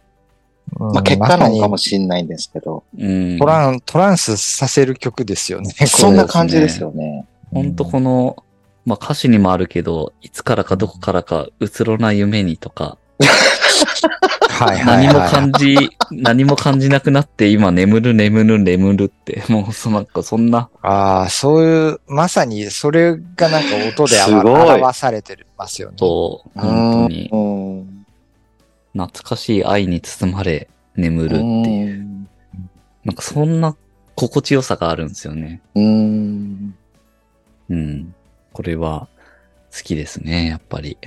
C: まあ結果論かも
B: し
C: しれないんですけど、
A: うん。
B: トラン、トランスさせる曲ですよね。
C: そんな感じですよね。
A: ほんとこの、まあ、歌詞にもあるけど、いつからかどこからか、うつろな夢にとか、
B: の、はいはい
A: 何も
B: はい
A: 感じ、 何も感じなくなって、今眠る眠る眠るって、もうそのなんかそんな、
B: ああ、そういう、まさにそれがなんか音であ
C: すご
B: わ
C: い
B: 表されてますよね。
A: と、本当に、
C: うん。
A: 懐かしい愛に包まれ、眠るっていう、
C: う。
A: なんかそんな心地よさがあるんですよね。
C: うん。
A: うん。これは、好きですね、やっぱり。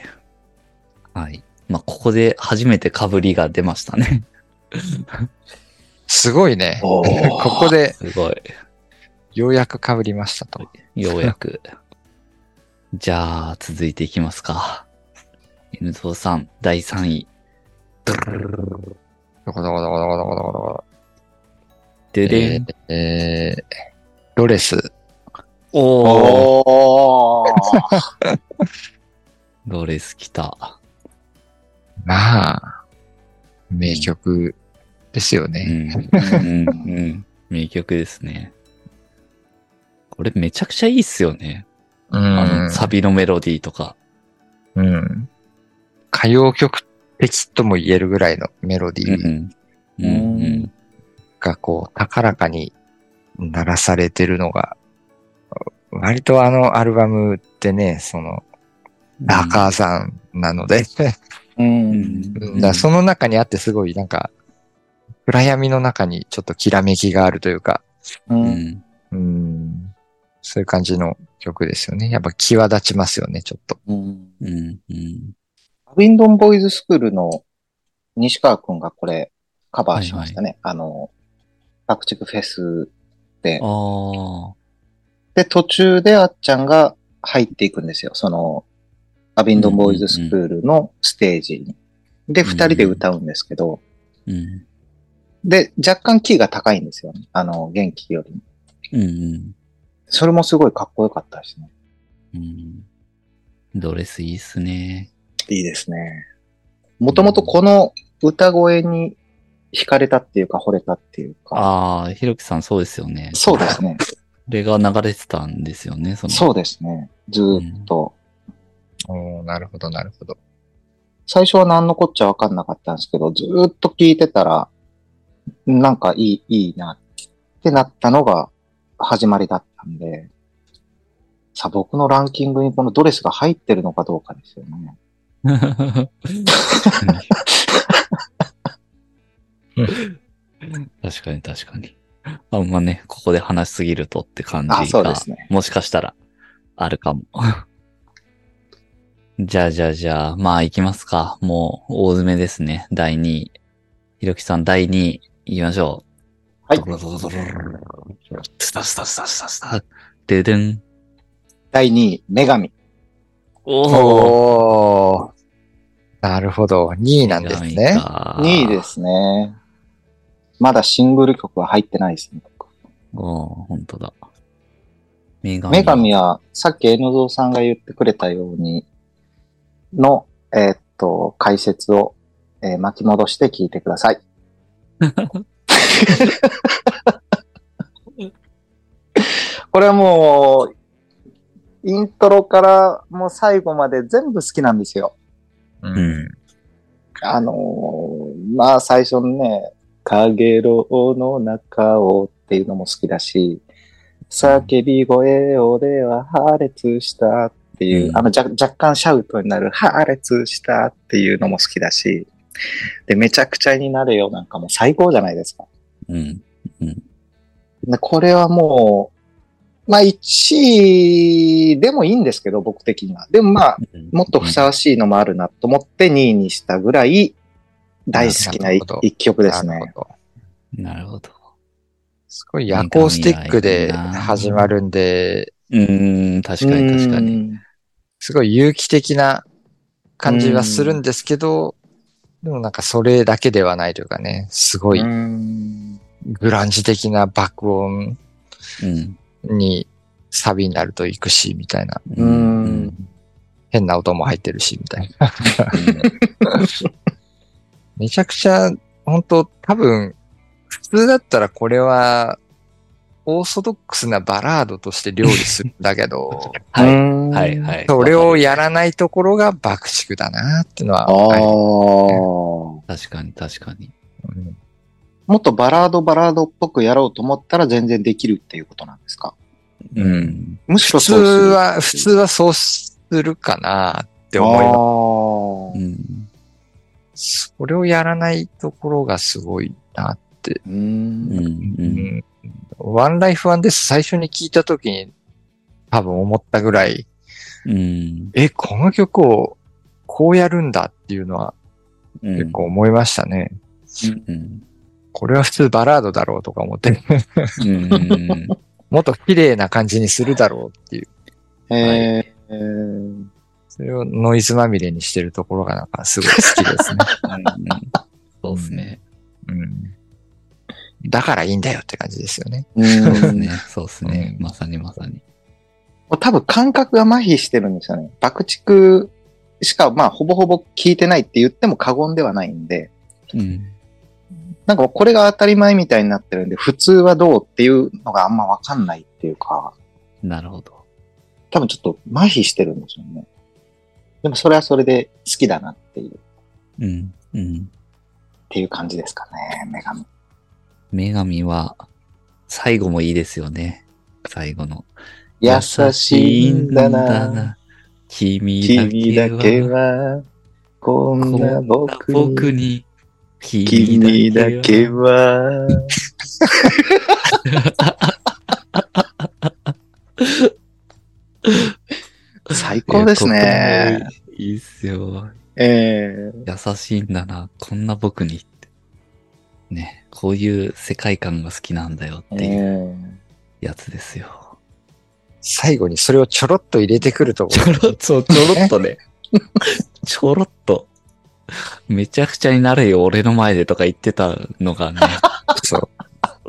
A: はい。まあ、ここで初めて被りが出ましたね。
B: すごいね。
C: おー
B: ここで、
A: すごい。
B: ようやく被りましたと。
A: ようやく。 じゃあ、続いていきますか。N ゾウさん、第3位。
B: どこどこどこどこどこどこどこ。
A: でで
B: え
A: ん、
B: ーえーロレス。
A: おー、
C: おー。
A: ロレス来た。
B: まあ、名曲ですよ
A: う
B: ね。
A: ん、うん、うん。名曲ですね。これめちゃくちゃいいっすよね。
B: うん。
A: あの、サビのメロディーとか。
B: うん。歌謡曲的とも言えるぐらいのメロディ
A: う
B: ー
A: ん、うん。うん、うん。
B: がこう、高らかに鳴らされてるのが、割とあのアルバムってね、その、ラカーさんなので、
A: う
C: う。
A: んん。
B: だからその中にあってすごいなんか、暗闇の中にちょっときらめきがあるというか、
C: う。
A: うんん。
B: うん、そういう感じの曲ですよね。やっぱ際立ちますよね、ちょっと。
C: うん。
A: うん、うん。
C: アウィンドンボーイズスクールの西川くんがこれカバーしましたね。あの、爆竹フェスって
A: あ、あ。
C: で、途中であっちゃんが入っていくんですよ。その、アビンドンボーイズスクールのステージに。で、
A: んうん
C: 二人で歌うんですけど、
A: うん。
C: で、若干キーが高いんですよね。あの、元気よりも。
A: うんうん。
C: それもすごいかっこよかったですね。
A: うん。ドレスいいっすね。
C: いいですね。もともとこの歌声に惹かれたっていうか、惚れたっていうか。
A: ああ、ひろきさんそうですよね。
C: そうです ね。
A: これが流れてたんですよね、その。
C: そうですね。ずーっと。
B: おーなるほど、なるほど。
C: 最初は何のこっちゃわかんなかったんですけど、ずーっと聞いてたら、なんかいい、いいなってなったのが始まりだったんで、さあ僕のランキングにこのドレスが入ってるのかどうかですよね。
A: 確かに。 確かに確かに。あんまね、ここで話しすぎるとって感じが、
C: あそうですね
A: もしかしたらあるかも。じゃあじゃあじゃあ、まあ行きますか。もう大詰めですね。第2位。ひろきさん第2位行きましょう。
C: はい
A: ドロドロドロドロドロスタスタスタスタスタ。ででん。
C: 第2位、女神。
A: おお。。
B: おーなるほど。2位なんですね。
C: 2位ですすね。まだシングル曲は入ってないですね。僕
A: おお、本当だ。女神。
C: 女神は、さっき江野蔵さんが言ってくれたように、の、えーっと、解説を、えー巻き戻して聞いてくだ さい。これはもう、イントロからもう最後まで全部好きなんですよ。
B: う
A: うんん。
C: あのーまあ最初のね、かげろうの中をっていうのも好きだし、叫び声をでは破裂したっていう、
A: うん
C: あのじゃ若干シャウトになる破裂したっていうのも好きだし、で、めちゃくちゃになれよなんかもう最高じゃないですか。
A: うん。
C: でこれはもう、まあ1位でもいいんですけど、僕的には。でもまあ、もっとふさわしいのもあるなと思って2位にしたぐらい大好きな
B: なる
C: 一
B: ほど
C: 一曲です
B: な
C: ね
B: る。ほど。
A: なるほど。
B: すごい夜行スティックで始まるんで、
A: うーん、確かに確かに。
C: に。
B: すごい有機的な感じはするんですけど、でもなんかそれだけではないというかね、すごい
C: うん
B: グランジ的な爆音
A: うん。
B: にサビになると行くし、みたいな。
A: う
C: うん
A: ん。
B: 変な音も入ってるし、みたいな。めちゃくちゃ、本当多分、普通だったらこれは、オーソドックスなバラードとして料理するんだけど、
A: はい
C: い
A: はいはい。
B: それをやらないところが爆竹だなっていうのは
C: ああ
B: あります。
C: ー。
A: 確かに確かに。
B: うん
C: もっとバラードバラードっぽくやろうと思ったら全然できるっていうことなんですか
A: うん。
C: むしろ
B: 普通
C: そうする
B: は、普通はそうするかなって思い
A: う
B: ます。
C: あ
A: ん。
B: それをやらないところがすごいな。
C: ーうん
A: う。
B: うんん、ワンライフワンです。最初に聞いた時に多分思ったぐらい、
A: うん。
B: え、この曲をこうやるんだっていうのは
A: うん。
B: 結構思いましたね。
A: うん。
B: これは普通バラードだろうとか思って、
A: うん。
B: もっと綺麗な感じにするだろうっていう。
C: えーえー
B: それをノイズまみれにしてるところがなんかすごい好き ですね。
A: そうですね。
B: うん、だからいいんだよって感じですよね。
A: そうで
C: う
A: す
C: ん
A: ね。そうですね。まさにまさに。
C: 多分感覚が麻痺してるんですよね。爆竹しか、まあ、ほぼほぼ聞いてないって言っても過言ではないんで、
A: うん。
C: なんかこれが当たり前みたいになってるんで、普通はどうっていうのがあんまわかんないっていうか、
A: なるほど。
C: 多分ちょっと麻痺してるんですよね。でもそれはそれで好きだなっていう、っ
A: うん。うん。
C: ていう感じですかね、女神。
A: 女神は、最後もいいですよね。最後の。
C: 優しいんだな、。
A: 君だ
C: 君だ
A: け
C: け
A: は。
C: は、こんな僕に、
A: 僕に。
C: 君だけ
A: は。
C: は、 最高ですね。
A: とてもいいっすよ。
C: ええ
A: 優しいんだな。こんな僕にって。ね。こういう世界観が好きなんだよっていう。
C: ええ
A: やつですよ。
B: 最後にそれをちょろっと入れてくるとこ
A: ちょろっと、ちょろっとね。 ちょろっと。めちゃくちゃになれよ、俺の前でとか言ってたのがね、
B: そう。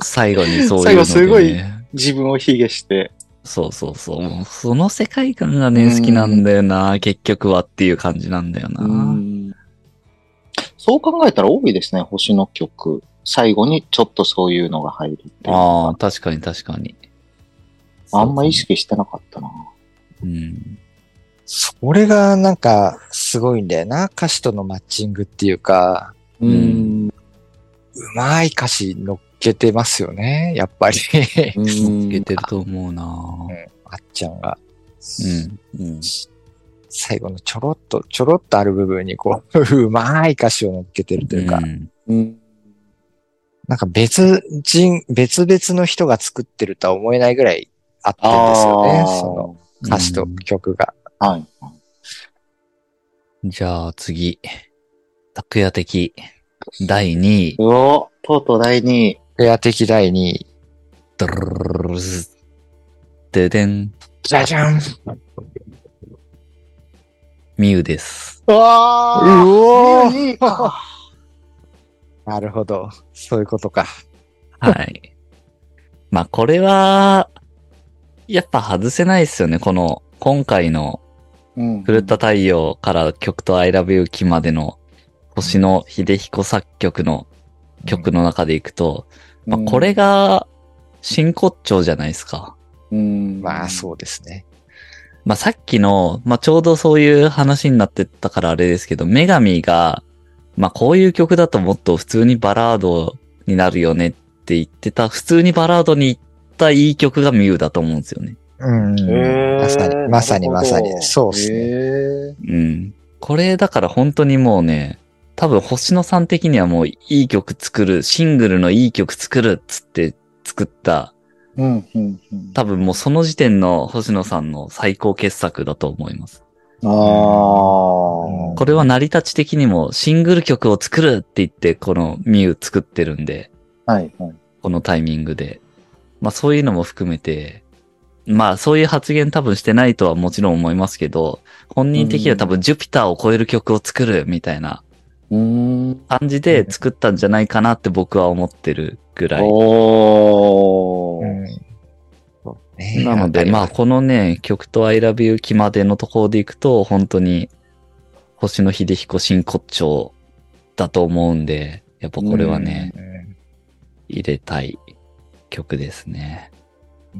A: 最後にそういうので、ね。
C: 最後すごい自分を卑下して。
A: そうそうそう。もうその世界観がね、好きなんだよな、結局はっていう感じなんだよな。
C: うんそう考えたら多いですね、星の曲。最後にちょっとそういうのが入るっていう
A: ああ、確かに確かに。
C: あんま意識してなかったな。
A: うん。。
B: それがなんかすごいんだよな。歌詞とのマッチングっていうか、
C: うん
B: うまい歌詞乗っけてますよね。やっぱり。
A: いけてると思うな
B: うんあっちゃんが。
A: うん。
B: うん最後のちょろっと、ちょろっとある部分にこう、うまい歌詞を乗っけてるというか、
A: ん
C: うん
B: なんか別人、別々の人が作ってるとは思えないぐらいあってるんですよ
C: あ
B: ね。
C: ー
B: その歌詞と曲が。
C: はい。
A: じゃあ次。拓也的第2位。
C: うお、とうとう第2位。
B: ペア的第2位。
A: ドルルルルルズででん、
B: じゃじゃんう
A: ミウです。
C: わ
B: おー
C: 2位か。
B: なるほど。そういうことか。
A: はい。まあこれは、やっぱ外せないですよね。この、今回の
C: うん
A: 古田太陽から曲と I love you 期までの星野秀彦作曲の曲の中でいくと、まあ、これ、が真骨頂じゃないですか。
C: うん
B: まあ、
C: う
B: そうですね。
A: まあ、さっきの、まあ、ちょうどそういう話になってたからあれですけど、女神が、まあ、こういう曲だともっと普通にバラードになるよねって言ってた、普通にバラードに行ったいい曲がミュウだと思うんですよね。
B: うん。
C: ん。へー
B: まさに、まさに、
C: な
B: ま
C: るほ
B: さ
C: ど
B: に。そうですね。
C: へー
A: うん。これだから本当にもうね、多分星野さん的にはもういい曲作る、シングルのいい曲作るっつって作った、
C: うん、うん、うん。
A: 多分もうその時点の星野さんの最高傑作だと思います。
C: ああ。
A: これは成り立ち的にもシングル曲を作るって言ってこのミュウ作ってるんで、
C: はい、はい。
A: このタイミングで。まあそういうのも含めて、まあそういう発言多分してないとはもちろん思いますけど、本人的には多分ジュピターを超える曲を作るみたいな
C: うーん。
A: 感じで作ったんじゃないかなって僕は思ってるぐらい。
C: お
B: う
C: ー。
B: んそうね
A: なので、まあ、このね、曲と I love you 期までのところでいくと、本当に星野秀彦真骨頂だと思うんで、やっぱこれはね、
B: うん
A: 入れたい曲ですね。
B: う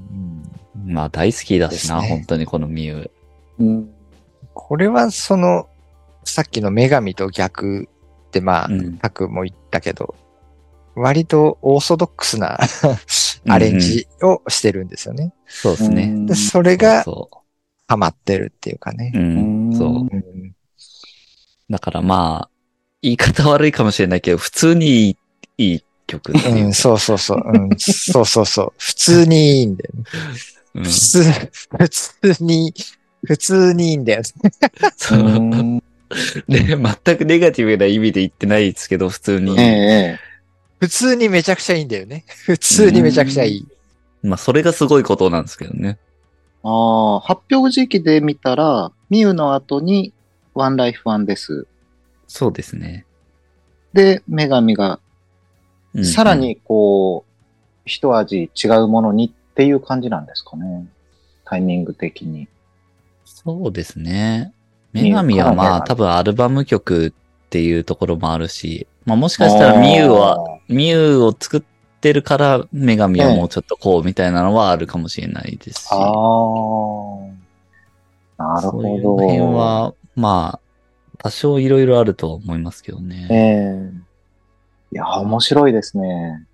B: ん
A: まあ大好きだしな、
B: ですね
A: 本当にこのミュウ。
C: うん
B: これはその、さっきの女神と逆ってまあ
A: うん、
B: タクも言ったけど、割とオーソドックスな
A: ん
B: アレンジをしてるんですよね。
A: そうですね。。
B: でそれが
A: そ
B: ハマってるっていうかね
A: う。。うん、そう。
B: うん、。
A: だからまあ、言い方悪いかもしれないけど、普通にいいいい曲っていううん
B: そうそうそう。うん、そうそうそう。普通にいいんだよね。
A: うん
B: 普通、普通に、普通にいいんだよね。
A: そうう。
C: ん
A: で、全くネガティブな意味で言ってないですけど、普通に。
C: ええ。
B: 普通にめちゃくちゃいいんだよね。普通にめちゃくちゃいい。
A: まあ、それがすごいことなんですけどね。
C: ああ、発表時期で見たら、ミウの後に、ワンライフワンです。
A: そうですね。
C: で、女神が、
A: うん
C: さら。にこう、一味違うものにっていう感じなんですかね。タイミング的に。
A: そうですね。女神はまあ、多分アルバム曲っていうところもあるし、まあもしかしたらミュウは、ミュウを作ってるから、女神はもうちょっとこうみたいなのはあるかもしれないですし。
C: あーあー。なるほど。
A: そういう辺は、まあ、多少いろいろあると思いますけどね。
C: ええいや、面白いですね。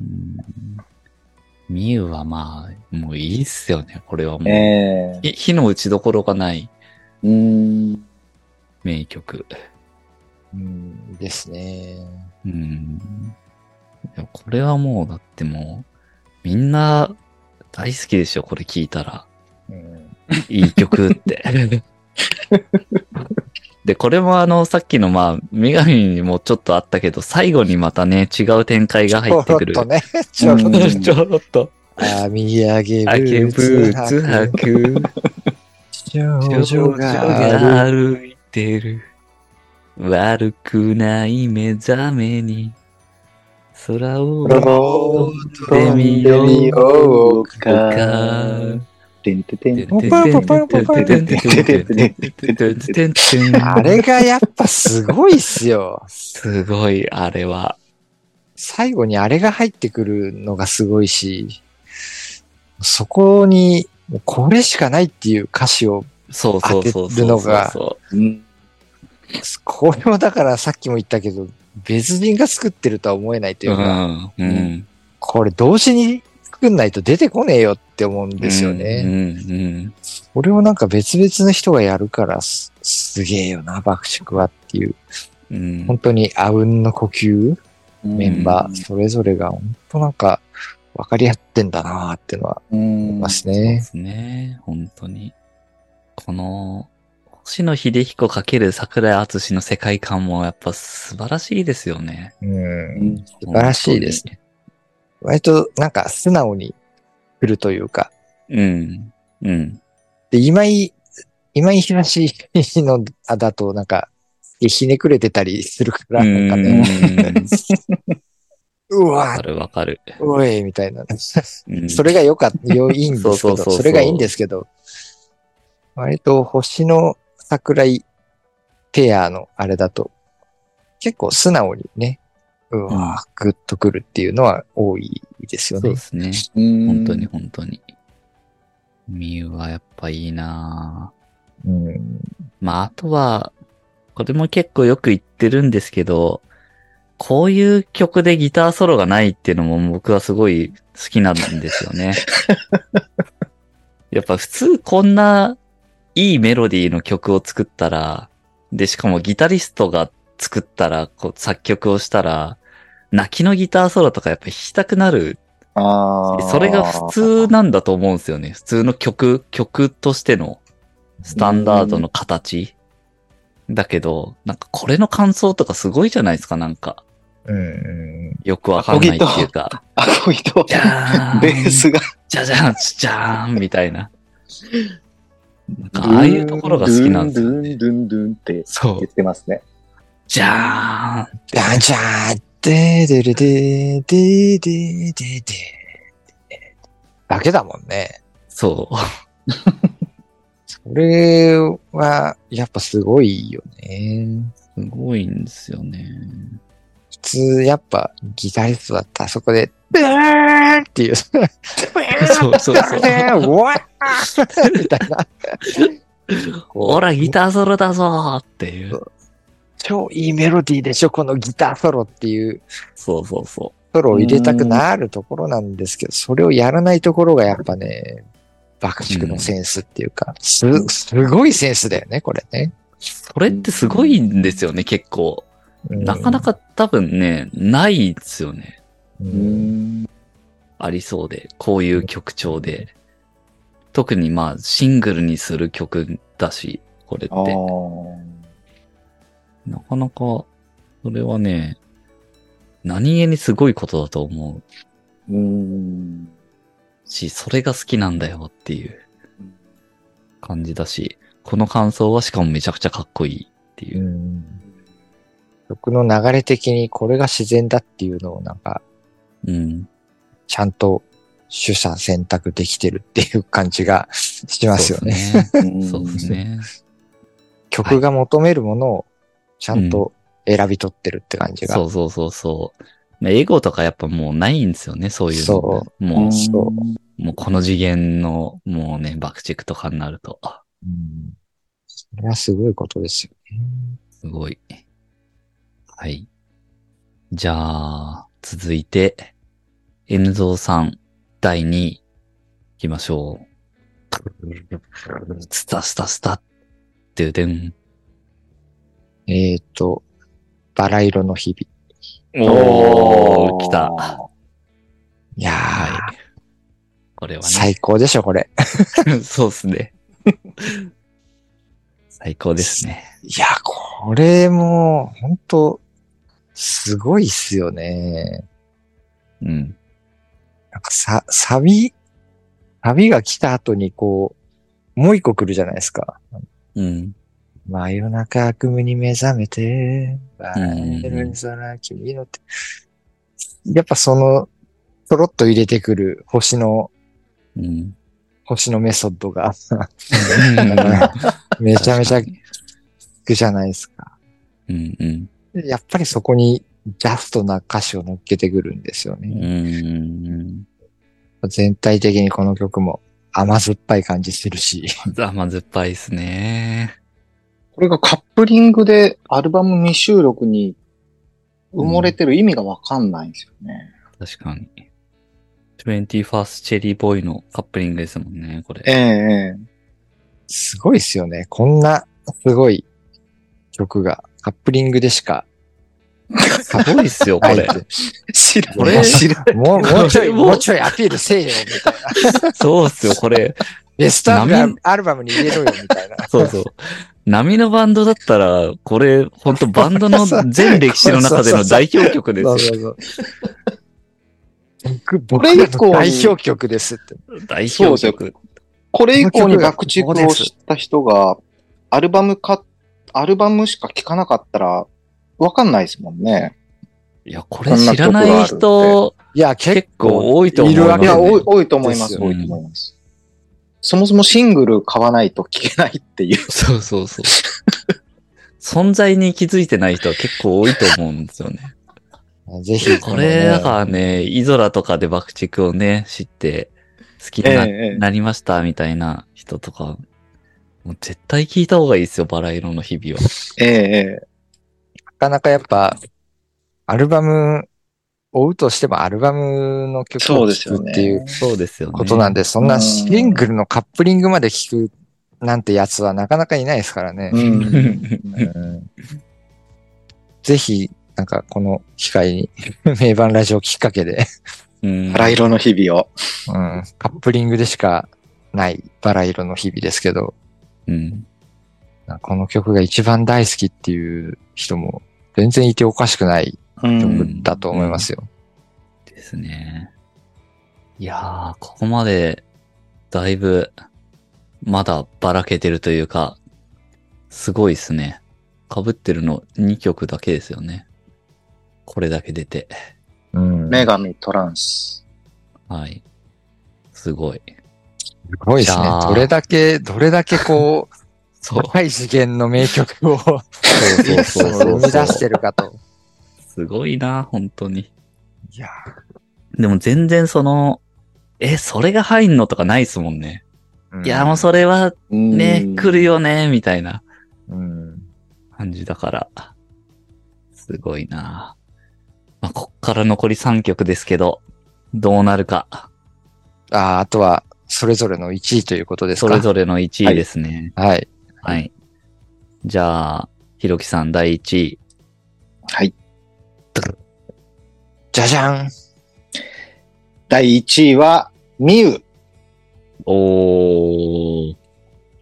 A: うんミュウはまあ、もういいっすよね。これはもう、
C: ええ
A: ひ火の打ちどころがない
C: ー。うーん。
A: 名曲。
B: うん、ですね。
A: うん。いやこれはもう、だってもう、みんな大好きでしょ、これ聞いたら。
B: うん
A: いい曲って。 で、これもあの、さっきのまあ、女神にもちょっとあったけど、最後にまたね、違う展開が入ってくる
B: ちょ。ろっとね。ちょろっと
C: うん
A: ちょろっと。
B: あみ上げブ
A: あけブ
B: ーツ
A: ーツ
B: 履く
A: 履く。
B: 症状がある。
A: 歩いてる。悪くない目覚めに、空を
C: 空
B: を
A: 飛んでみよ
C: う
A: か
C: てんててん。
B: あれがやっぱすごいっすよ。
A: すごい、あれは。
B: 最後にあれが入ってくるのがすごいし、そこに、もうこれしかないっていう歌詞を、
A: そうそうそう
B: 当てるのが
A: そう
C: うん
B: これもだからさっきも言ったけど、別人が作ってるとは思えないとい
A: そうう。う
B: か、
A: ん。うん。
B: これ同時に作んないと出てこねえよって思うんですよ
A: う
B: ね。
A: んうん。
B: これをなんか別々の人がやるからす、すげえよな、爆竹はっていう。
A: うん。
B: 本当にあうんの呼吸メンバ
C: うん
B: ー、それぞれが本当なんか分かり合ってんだなーってのは
C: う
B: 思い
C: ん
B: ます
A: そうで
B: ね。
A: すね。本当に。この、星野秀彦×桜井敦の世界観もやっぱ素晴らしいですよね。
B: うん
C: う。
B: 素
C: ん
B: 晴らしいですね。割となんか素直に来るというか、
A: うん。うん。
B: で、今井、今井東のあだとなんか、ひねくれてたりするから、なんか
A: う
B: ね、
A: ん
B: う
A: わ
B: わ
A: か、るわかる。
B: おい、みたいな。
A: うん
B: それが良かった、良いんですけど、
A: そうそうそうそう
B: れがいいんですけど、割と星の桜井ペアのあれだと、結構素直にね、うわ、グッとくるっていうのは多いですよ
A: そう
B: ね
A: で。すね。本
C: 本
A: 当に。本当に。ミュウはやっぱいいなぁ
B: うん
A: まあ、あとは、これも結構よく言ってるんですけど、こういう曲でギターソロがないっていうのも僕はすごい好きなんですよね。やっぱ普通こんないいメロディーの曲を作ったら、で、しかもギタリストが作ったら、こう作曲をしたら、泣きのギターソロとかやっぱ弾きたくなる
C: ああ。
A: それが普通なんだと思うんですよね。普通の曲、曲としてのスタンダードの形。だけど、なんかこれの感想とかすごいじゃないですか、なんか。
B: うんうん
A: よくわかんないっていうか。
C: アコギと
A: じゃーん
C: ベースが。
A: じゃじゃんじゃーんみたいな。なんかああいうところが好きなんですよ。
C: ドゥンドゥンドゥンドゥンって
A: そ
C: 言
A: う。
C: ってますね。
A: じゃーん
B: じゃんじゃん、でーでるでーでーでーでーでーだけだもんね。
A: そう。
B: それは、やっぱすごいよね。
A: すごいんですよね。
B: 普通、やっぱ、ギタリストだったらそこで、でーんっていう。そう
A: そうそうそう。
B: う。わーみたいな。
A: ほら、ギターソロだぞーっていう。
B: 超いいメロディーでしょ、このギターソロっていう。
A: そうそうそ
B: ソロを入れたくなるところなんですけど、それをやらないところがやっぱね、爆竹のセンスっていうか、す、すごいセンスだよね、これね。
A: う。それってすごいんですよね、結構。なかな
B: か、
A: か多分ね、ないですよね。
B: う
C: うー
B: ん
C: ん。
A: ありそうで、こういう曲調で。特にまあ、シングルにする曲だし、これ
C: ああ。
A: って。なかなか、それはね、何気にすごいことだと思う
C: うーん。
A: し、それが好きなんだよっていう感じだし、この感想はしかもめちゃくちゃかっこいいっていうう。
B: ん曲の流れ的にこれが自然だっていうのをなんか、
A: うん。
B: ちゃんと取捨選択できてるっていう感じ がしますよね。
A: そううんそうですね。
B: 曲が求めるものをちゃんと選び取ってるって感じが。
A: そうそうそうそう。まあエゴとかやっぱもうないんですよね、そういうの。。
B: そう
A: もう、
B: そ
A: もうこの次元の、もうね、爆竹とかになると、あ
B: うんそれはすごいことですよね。
A: すごい。はい。じゃあ、続いて、N ゾーさん、第2位、行きましょ う。スタスタスタ、ドゥドゥン。
B: えっ、と、バラ色の日々。
A: おー、来た。
B: いやー、
A: はい。これはね、
B: 最高でしょ、これ。
A: そうですね。最高ですね。
B: いや、これも、本当すごいっすよね。
A: うん。
B: なんかさ、サビ、サビが来た後にこう、もう一個来るじゃないですか。
A: うん。
B: 真夜中悪夢に目覚めて、バ
A: うん
B: ーベルン空君のって。やっぱその、とろっと入れてくる星の、
A: うん。
B: 星のメソッドが、 めちゃめちゃ効くじゃないですか。
A: うんうん。
B: でやっぱりそこにジャストな歌詞を乗っけてくるんですよ
A: う
B: ね。
A: ん。
B: 全体的にこの曲も甘酸っぱい感じするし。
A: 甘酸っぱいですね。
C: これがカップリングでアルバム未収録に埋もれてる意味がわかんないんですよね。
A: 確かに。21st チェリーボーイのカップリングですもんね、こ
C: え
A: れ。
C: ええ
B: すごいですよね。こんなすごい曲がカップリングでしか
A: すごいっすよ、こ
B: 入
A: れ
B: っ。て。
C: え知ら
A: これ
C: 知ら
B: もう、もうちょい、
A: もう
B: もうちょいアピールせえよ、みたいな。
A: そうっすよ、これ。
B: ベストアルバ
A: 波
B: ムアルバムに入れろよ、みたいな。
A: そうそう。波のバンドだったら、これ、ほんとバンド の全歴史の中での代表曲です
B: そ
A: よ
B: う。そうそう。僕、
C: これ
B: 僕
C: 以
B: の
C: 降に
B: 代表曲ですって。
A: 代表曲。
C: これ以降に爆竹を知った人が、アルバムか、アルバムしか聴かなかったら、わかんないですもんね。
A: いや、これ知らない人、
B: いや、結
A: 結構
B: 構、
A: 多いと思いま
B: る
A: す、
B: わけ
A: ね。
C: いや、
B: ね
C: 多い多いと思いま
B: です
C: す、
A: よ
C: 多いと思います。そもそもシングル買わないと聴けないっていう。
A: そうそうそう。存在に気づいてない人は結構多いと思うんですよね。
B: ぜひ、
A: これ、だ
B: ら
A: からね、イゾラとかで爆竹をね、知って、好きに
C: ええ
A: な,、
C: ええ
A: なりましたみたいな人とか、もう絶対聞いた方がいいですよ、バラ色の日々は。
C: ええ
B: なかなかやっぱ、アルバム、追うとしてもアルバムの曲
C: そう
B: を
C: です
B: 聴
C: よ
B: く
C: ね
B: っていう
A: そうですよね。
B: ことなんで、そん
C: う
B: なんシングルのカップリングまで聴くなんてやつはなかなかいないですからね。
C: ええ うん。
B: ぜひ、なんかこの機会に、名盤ラジオきっかけで、
A: うん
C: バラ色の日々を。
B: うん、カップリングでしかないバラ色の日々ですけど、
A: うん。
B: なんかこの曲が一番大好きっていう人も全然いておかしくない曲だと思いますよ。
A: ですね。いやー、ここまで、だいぶ、まだばらけてるというか、すごいですね。被ってるの2曲だけですよね。これだけ出て。
B: うん。
C: 女神トランス。
A: はい。すごい。
B: すごいです
A: い
B: ね
A: や。ー
B: どれだけ、どれだけこ う、
A: そう。
B: 高い次元の名曲を
A: そうそうそうそう。
B: 生み出してるかと。
A: すごいな、本当に。
B: いや
A: でも全然その、え、それが入んのとかないですもんね。いや、もうそれはね、来る
C: よ。
A: よね、みたいな。
B: うん。
A: 感じだから、すごいなまあ、こっから残り3曲ですけど、どうなるか、
B: ああ、あとは、それぞれの1位ということです
A: そ
B: か
A: れぞれの1位ですね。
B: はい。
A: はい。じゃあ、ひろきさん第1位。
C: はい。
B: じゃじゃん
C: 第1位は、ミウ。
A: おー。
C: こ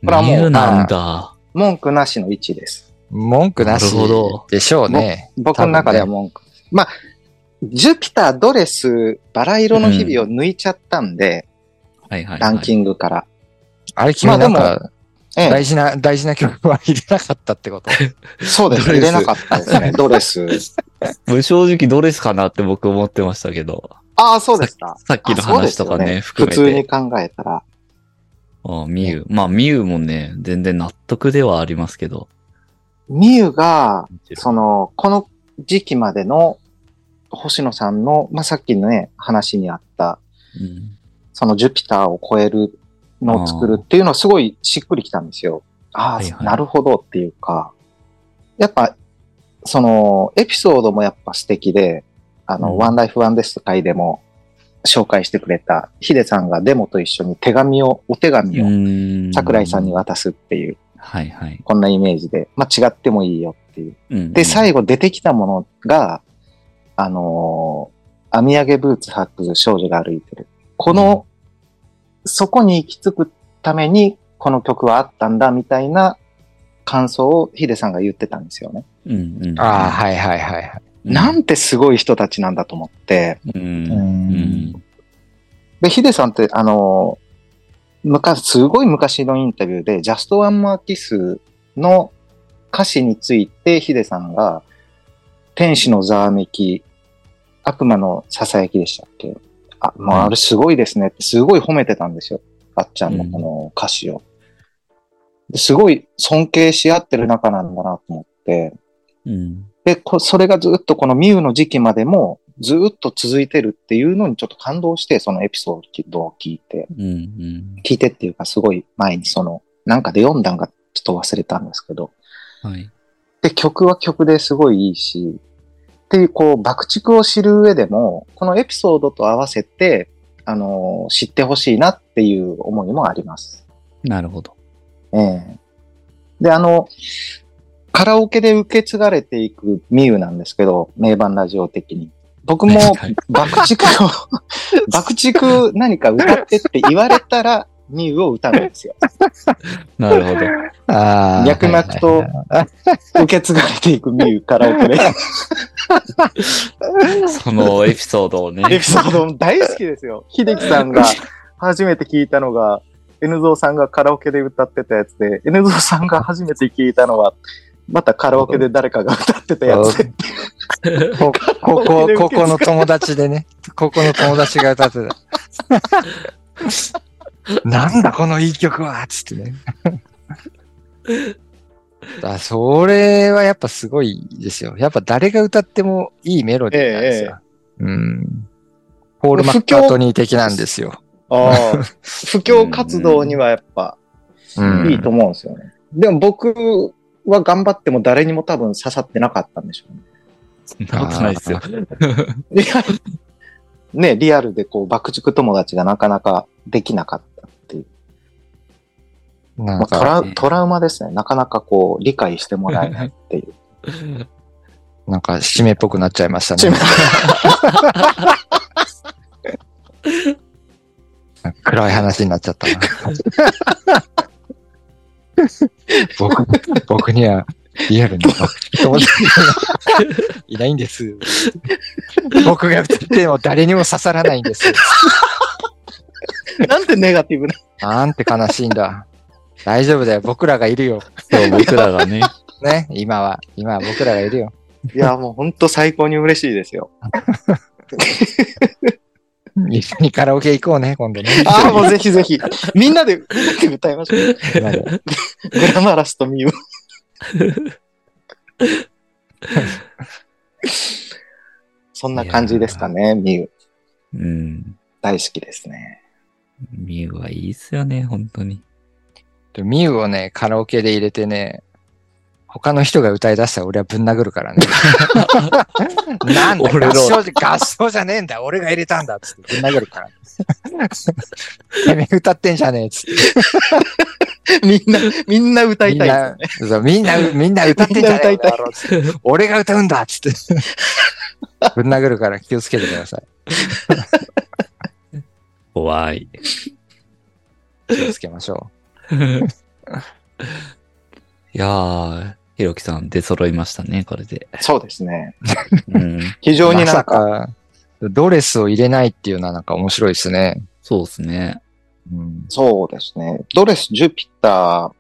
C: れはもう
A: ミュなんだ。
C: 文句なしの1位です。
B: 文句なし
A: なるほど
B: でしょうね。
C: 僕の中では文句。まあ、ジュピター、ドレス、バラ色の日々を抜いちゃったんで、
A: はいはい、はい。
C: ランキ
A: ン
C: ングから。
B: あれ君なん
C: まあ
B: か、大事な、大事な曲は入れなかった ってこと
C: ええ、そうです。
A: ドレ
C: 入
A: ス
C: れなかったですね、ドレス。
A: グ。正直ドレスかなって僕思ってましたけど、
C: ああ、そうですか。
A: さっきの
C: あそうで
A: 話
C: す
A: と
C: よ
A: かね、含
C: 普
A: め
C: 通に
A: て。
C: 考えたら。
A: あミユ。まあ、ミユもね、全然納得ではありますけど。
C: ミウが、その、この時期までの星野さんの、まあ、さっきのね、話にあった、
A: うん
C: そのジュピターを超えるのを作るっていうのはすごいしっくりきたんですよ。ああ、
A: はいはい
C: なるほどっていうか、やっぱ、その、エピソードもやっぱ素敵で、あの、
A: うん
C: ワンライフワンデスト会でも紹介してくれた、ヒデさんがデモと一緒に手紙を、お手紙
A: う
C: を
A: ーん
C: 桜井さんに渡すっていう、
A: はいはい。
C: こんなイメージで、まあ違ってもいいよっていう。
A: うん
C: で、最後出てきたものが、あのー、網上げブーツ履く少女が歩いてる。この、そこに行き着くために、この曲はあったんだ、みたいな感想をヒデさんが言ってたんですよね。
A: うんうん、
B: ああ、は いはいはいはい。
A: うん
C: なんてすごい人たちなんだと思って、
A: うん
B: うん
A: うん
C: で、ヒデさんって、あのー昔、すごい昔のインタビューで、ジャストワンマーキスの歌詞について、ヒデさんが、天使のざわめき、悪魔のささやきでしたっけあ、もう
A: うん
C: あれすごいですねって、すごい褒めてたんですよ。あっちゃんの
A: うん
C: この歌詞を。ですごい尊敬し合ってる仲なんだなと思って、
A: うん。
C: で、こそれがずっとこのミュウの時期までもずっと続いてるっていうのにちょっと感動して、そのエピソードを聞いて、
A: うん。うん。
C: 聞いてっていうかすごい前にその、なんかで読んだんがちょっと忘れたんですけど、
A: はい。
C: で、曲は曲ですごいいいし、っていうこう、爆竹を知る上でも、このエピソードと合わせて、あの知ってほしいなっていう思いもあります。
A: なるほど。
C: ええで、あの、カラオケで受け継がれていくミユなんですけど、名盤ラジオ的に。僕も
A: はい
C: 爆竹を、爆竹何か歌ってって言われたら、ミユを歌うんですよ。
A: なるほど。
B: ああ。
C: 脈々と受け継がれていくミユカラオケで。
A: そのエピソードをね。
C: エピソードも大好きですよ。秀樹さんが初めて聞いたのが、N ゾウさんがカラオケで歌ってたやつで、N ゾウさんが初めて聞いたのは、またカラオケで誰かが歌ってたやつで。
B: こここ、ここの友達でね、ここの友達が歌って た。なんだこのいい曲はつってね。 あそれはやっぱすごいですよ。やっぱ誰が歌ってもいいメロディーなんですよ。うん。ポール・マッカートニー的なんですよ。
C: ああ、 布教活動にはやっぱ
B: うん
C: いいと思うんですよね。でも僕は頑張っても誰にも多分刺さってなかったんでしょ うね。
A: そんなことないですよ。
C: リアルね、リアルでこう爆竹友達がなかなかできなかったっていう。
B: な
C: ま
B: ん
C: あト
B: か、
C: ラトラウマですね。なかなかこう理解してもらえないっていう。
B: なんか、締めっぽくなっちゃいました
C: 締
B: ね。 暗い話になっちゃったな。 僕、僕にはリアルに 友達がいないんです。僕が歌っても誰にも刺さらないんです。
C: なんてネガティブ
B: な
C: な。
B: んて悲しいんだ。大丈夫だよ。僕らがいるよ。
A: そう僕らが ね。
B: ね。今は。今は僕らがいるよ。
C: いや、もう本当最高に嬉しいですよ。
B: 一緒にカラオケ行こうね、今度ね。
C: ああ、もうぜひぜひ。 みんなで、みんなで歌いましょう。
B: みんなで
C: グラマラスとミュウ。そんな感じですかね、ミュウ。
A: うん。
C: 大好きですね。
A: ミュウはいいっすよね、本当に。
B: でミウをね、カラオケで入れてね、他の人が歌い出したら俺はぶん殴るからね。なんだ、
A: 俺の
B: 合唱じ合唱じゃねえんだ、俺が入れたんだっつってぶん殴るから。てめえ歌ってんじゃねえっつって。
C: みんな、みんな歌
B: み
C: い
B: ん
C: たいです
B: な
C: よね。、
B: そうみんな、みんな歌ってんじゃねえんだろっつって俺が歌うんだっつって。ぶん殴るから気をつけてください。
A: 怖い。
B: 気をつけましょ
A: いやー、ひろきさん出揃いましたね、これで。
C: そうですね。
A: うん。
C: 非
B: う。
C: 常
B: ま
C: になん
B: さ
C: か、
B: か、ドレスを入れないっていうのはなんか面白いですね。
A: そうですね。
B: うん、
C: そうですね。ドレスジュピタ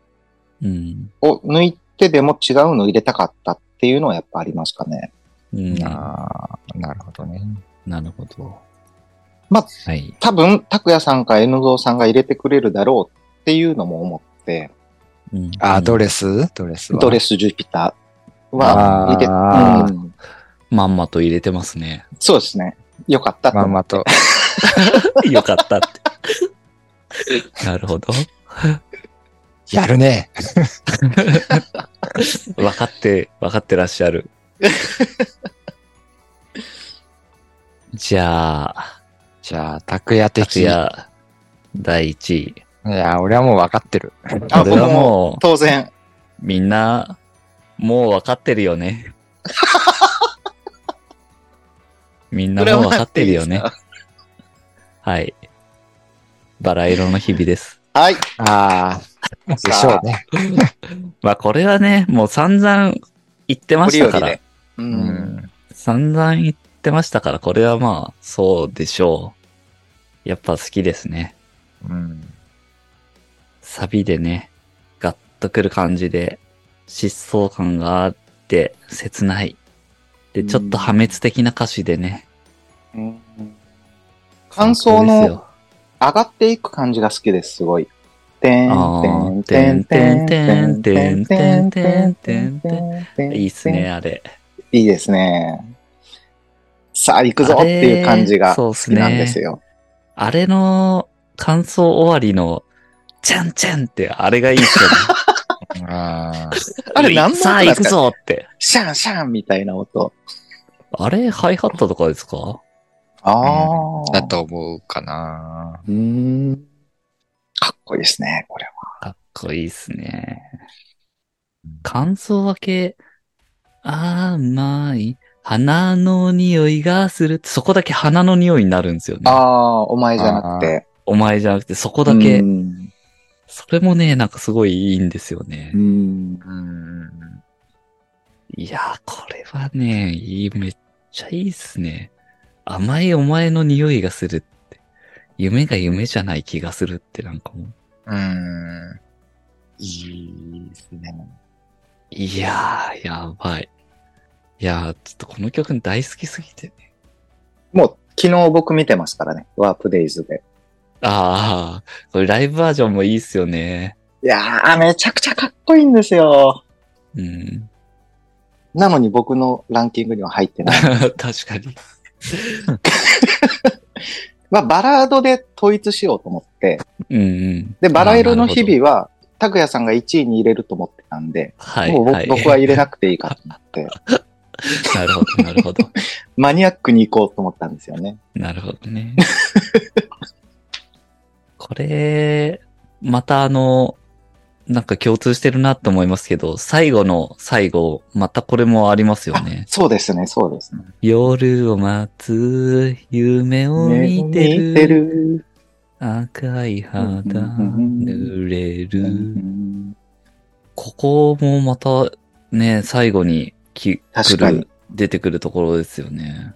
A: うん。
C: ーを抜いてでも違うの入れたかったっていうのはやっぱありますかね。
A: うん。な
B: ああ、なるほどね。
A: るほど。
C: ま
A: はい。
C: 多分、拓也さんか N ゾウさんが入れてくれるだろうっていうのも思って、
A: うん
B: あー、ド
A: れ
B: レスドレスは
C: ドレスジュピターは入れ、
B: あー
C: うん
A: まんまと入れてますね。
C: そうですね。よかったと
B: まん
C: 思
B: まと。
A: よかった って。なるほど。
B: やるね。
A: 分かって、分かってらっしゃる。じゃあ、
B: じゃあ、拓也的。
A: 達
B: いや、
A: 也、第1位。
B: 俺はもう分かってる。
C: あ
A: これはも
C: 当然。
A: う、みんな、もう分かってるよ ね。みんなもう分かってるよね
C: これはも。らっていいです
A: はい。バラ色の日々です。
C: か。はい。
B: ああ、でしょうね。
A: まあこれはね、もう散々言ってましたから。
C: で。う。
B: うんん。
A: 散々言ってましたから、これはまあ、そうでしょやっぱ好きですね。
B: うん。
A: サビでね、ガッとくる感じで、疾走感があって、切ない。で、ちょっと破滅的な歌詞でね。
C: うん感想
A: 最高です
C: の
A: よ
C: 上がっていく感じが好きです、すごい。て
A: あー
C: んてんてんてんてんてんてんてんてんてん。
A: いいっすね、。あれ。
C: いいですね。さあ、行くぞっていう感じ
A: あれ
C: が
A: そうっ
C: 好
A: す
C: き
A: ね
C: なんですよ。
A: あれの感想終わりの、ちゃんちゃんって、あれがいいっすよね。
B: あー
C: あれ何の音
A: さあ
C: なん
A: 行
C: です
A: く
C: か
A: ぞって。
C: シャンシャンみたいな音。
A: あれ、ハイハットとかですか
C: ああ。
B: だと思うかな。
C: うーん。かっこいいですね、これは。
A: かっこいいっすね。感想分け、甘い、花の匂いがする。そこだけ花の匂いになるんですよ
C: あ
A: ね。
C: あ、お前じゃなくて。
A: お前じゃなくて、そこ
C: こ
A: だけ。
C: うん。
A: それもね、なんかすごいいいんですよね
C: う。ん
B: うん。
A: いやー、これはね、いい、めっちゃいいっすね。甘いお前の匂いがするって。夢が夢じゃない気がするってなんかもう。
B: うん。いいですね。
A: いやー、やばい。いやー、ちょっとこの曲大好きすぎてね。
C: もう、昨日僕見てますからね。ワープデイズで。
A: あー、これライブバージョンもいいっすよね。
C: いやー、めちゃくちゃかっこいいんですよ。
A: うん。
C: なのに僕のランキングには入ってない。
A: 確かに。
C: まあ、バラードで統一しようと思って。
A: うんうん。
C: で、バラ色
A: あ
C: の
A: ーなるほど
C: 日々は、拓也さんが1位に入れると思ってたんで、
A: はい、
C: もう僕,、
A: はい。
C: 僕は入れなくていいかと思って、
A: なるほど、なるほど。
C: マニアックに行こうと思ったんですよね。
A: なるほど ね。これ、またあの、なんか共通してるなと思いますけど、最後の最後、またこれもありますよね。
C: そうですね、そうですね。
A: 夜を待つ、夢を見てる。
C: 見てる。
A: 赤い肌、
C: うん
A: 濡れ
C: う
A: る。
C: ん
A: ここもまた、ね、最後にき
C: 確かに
A: 来る出てくるところですよね。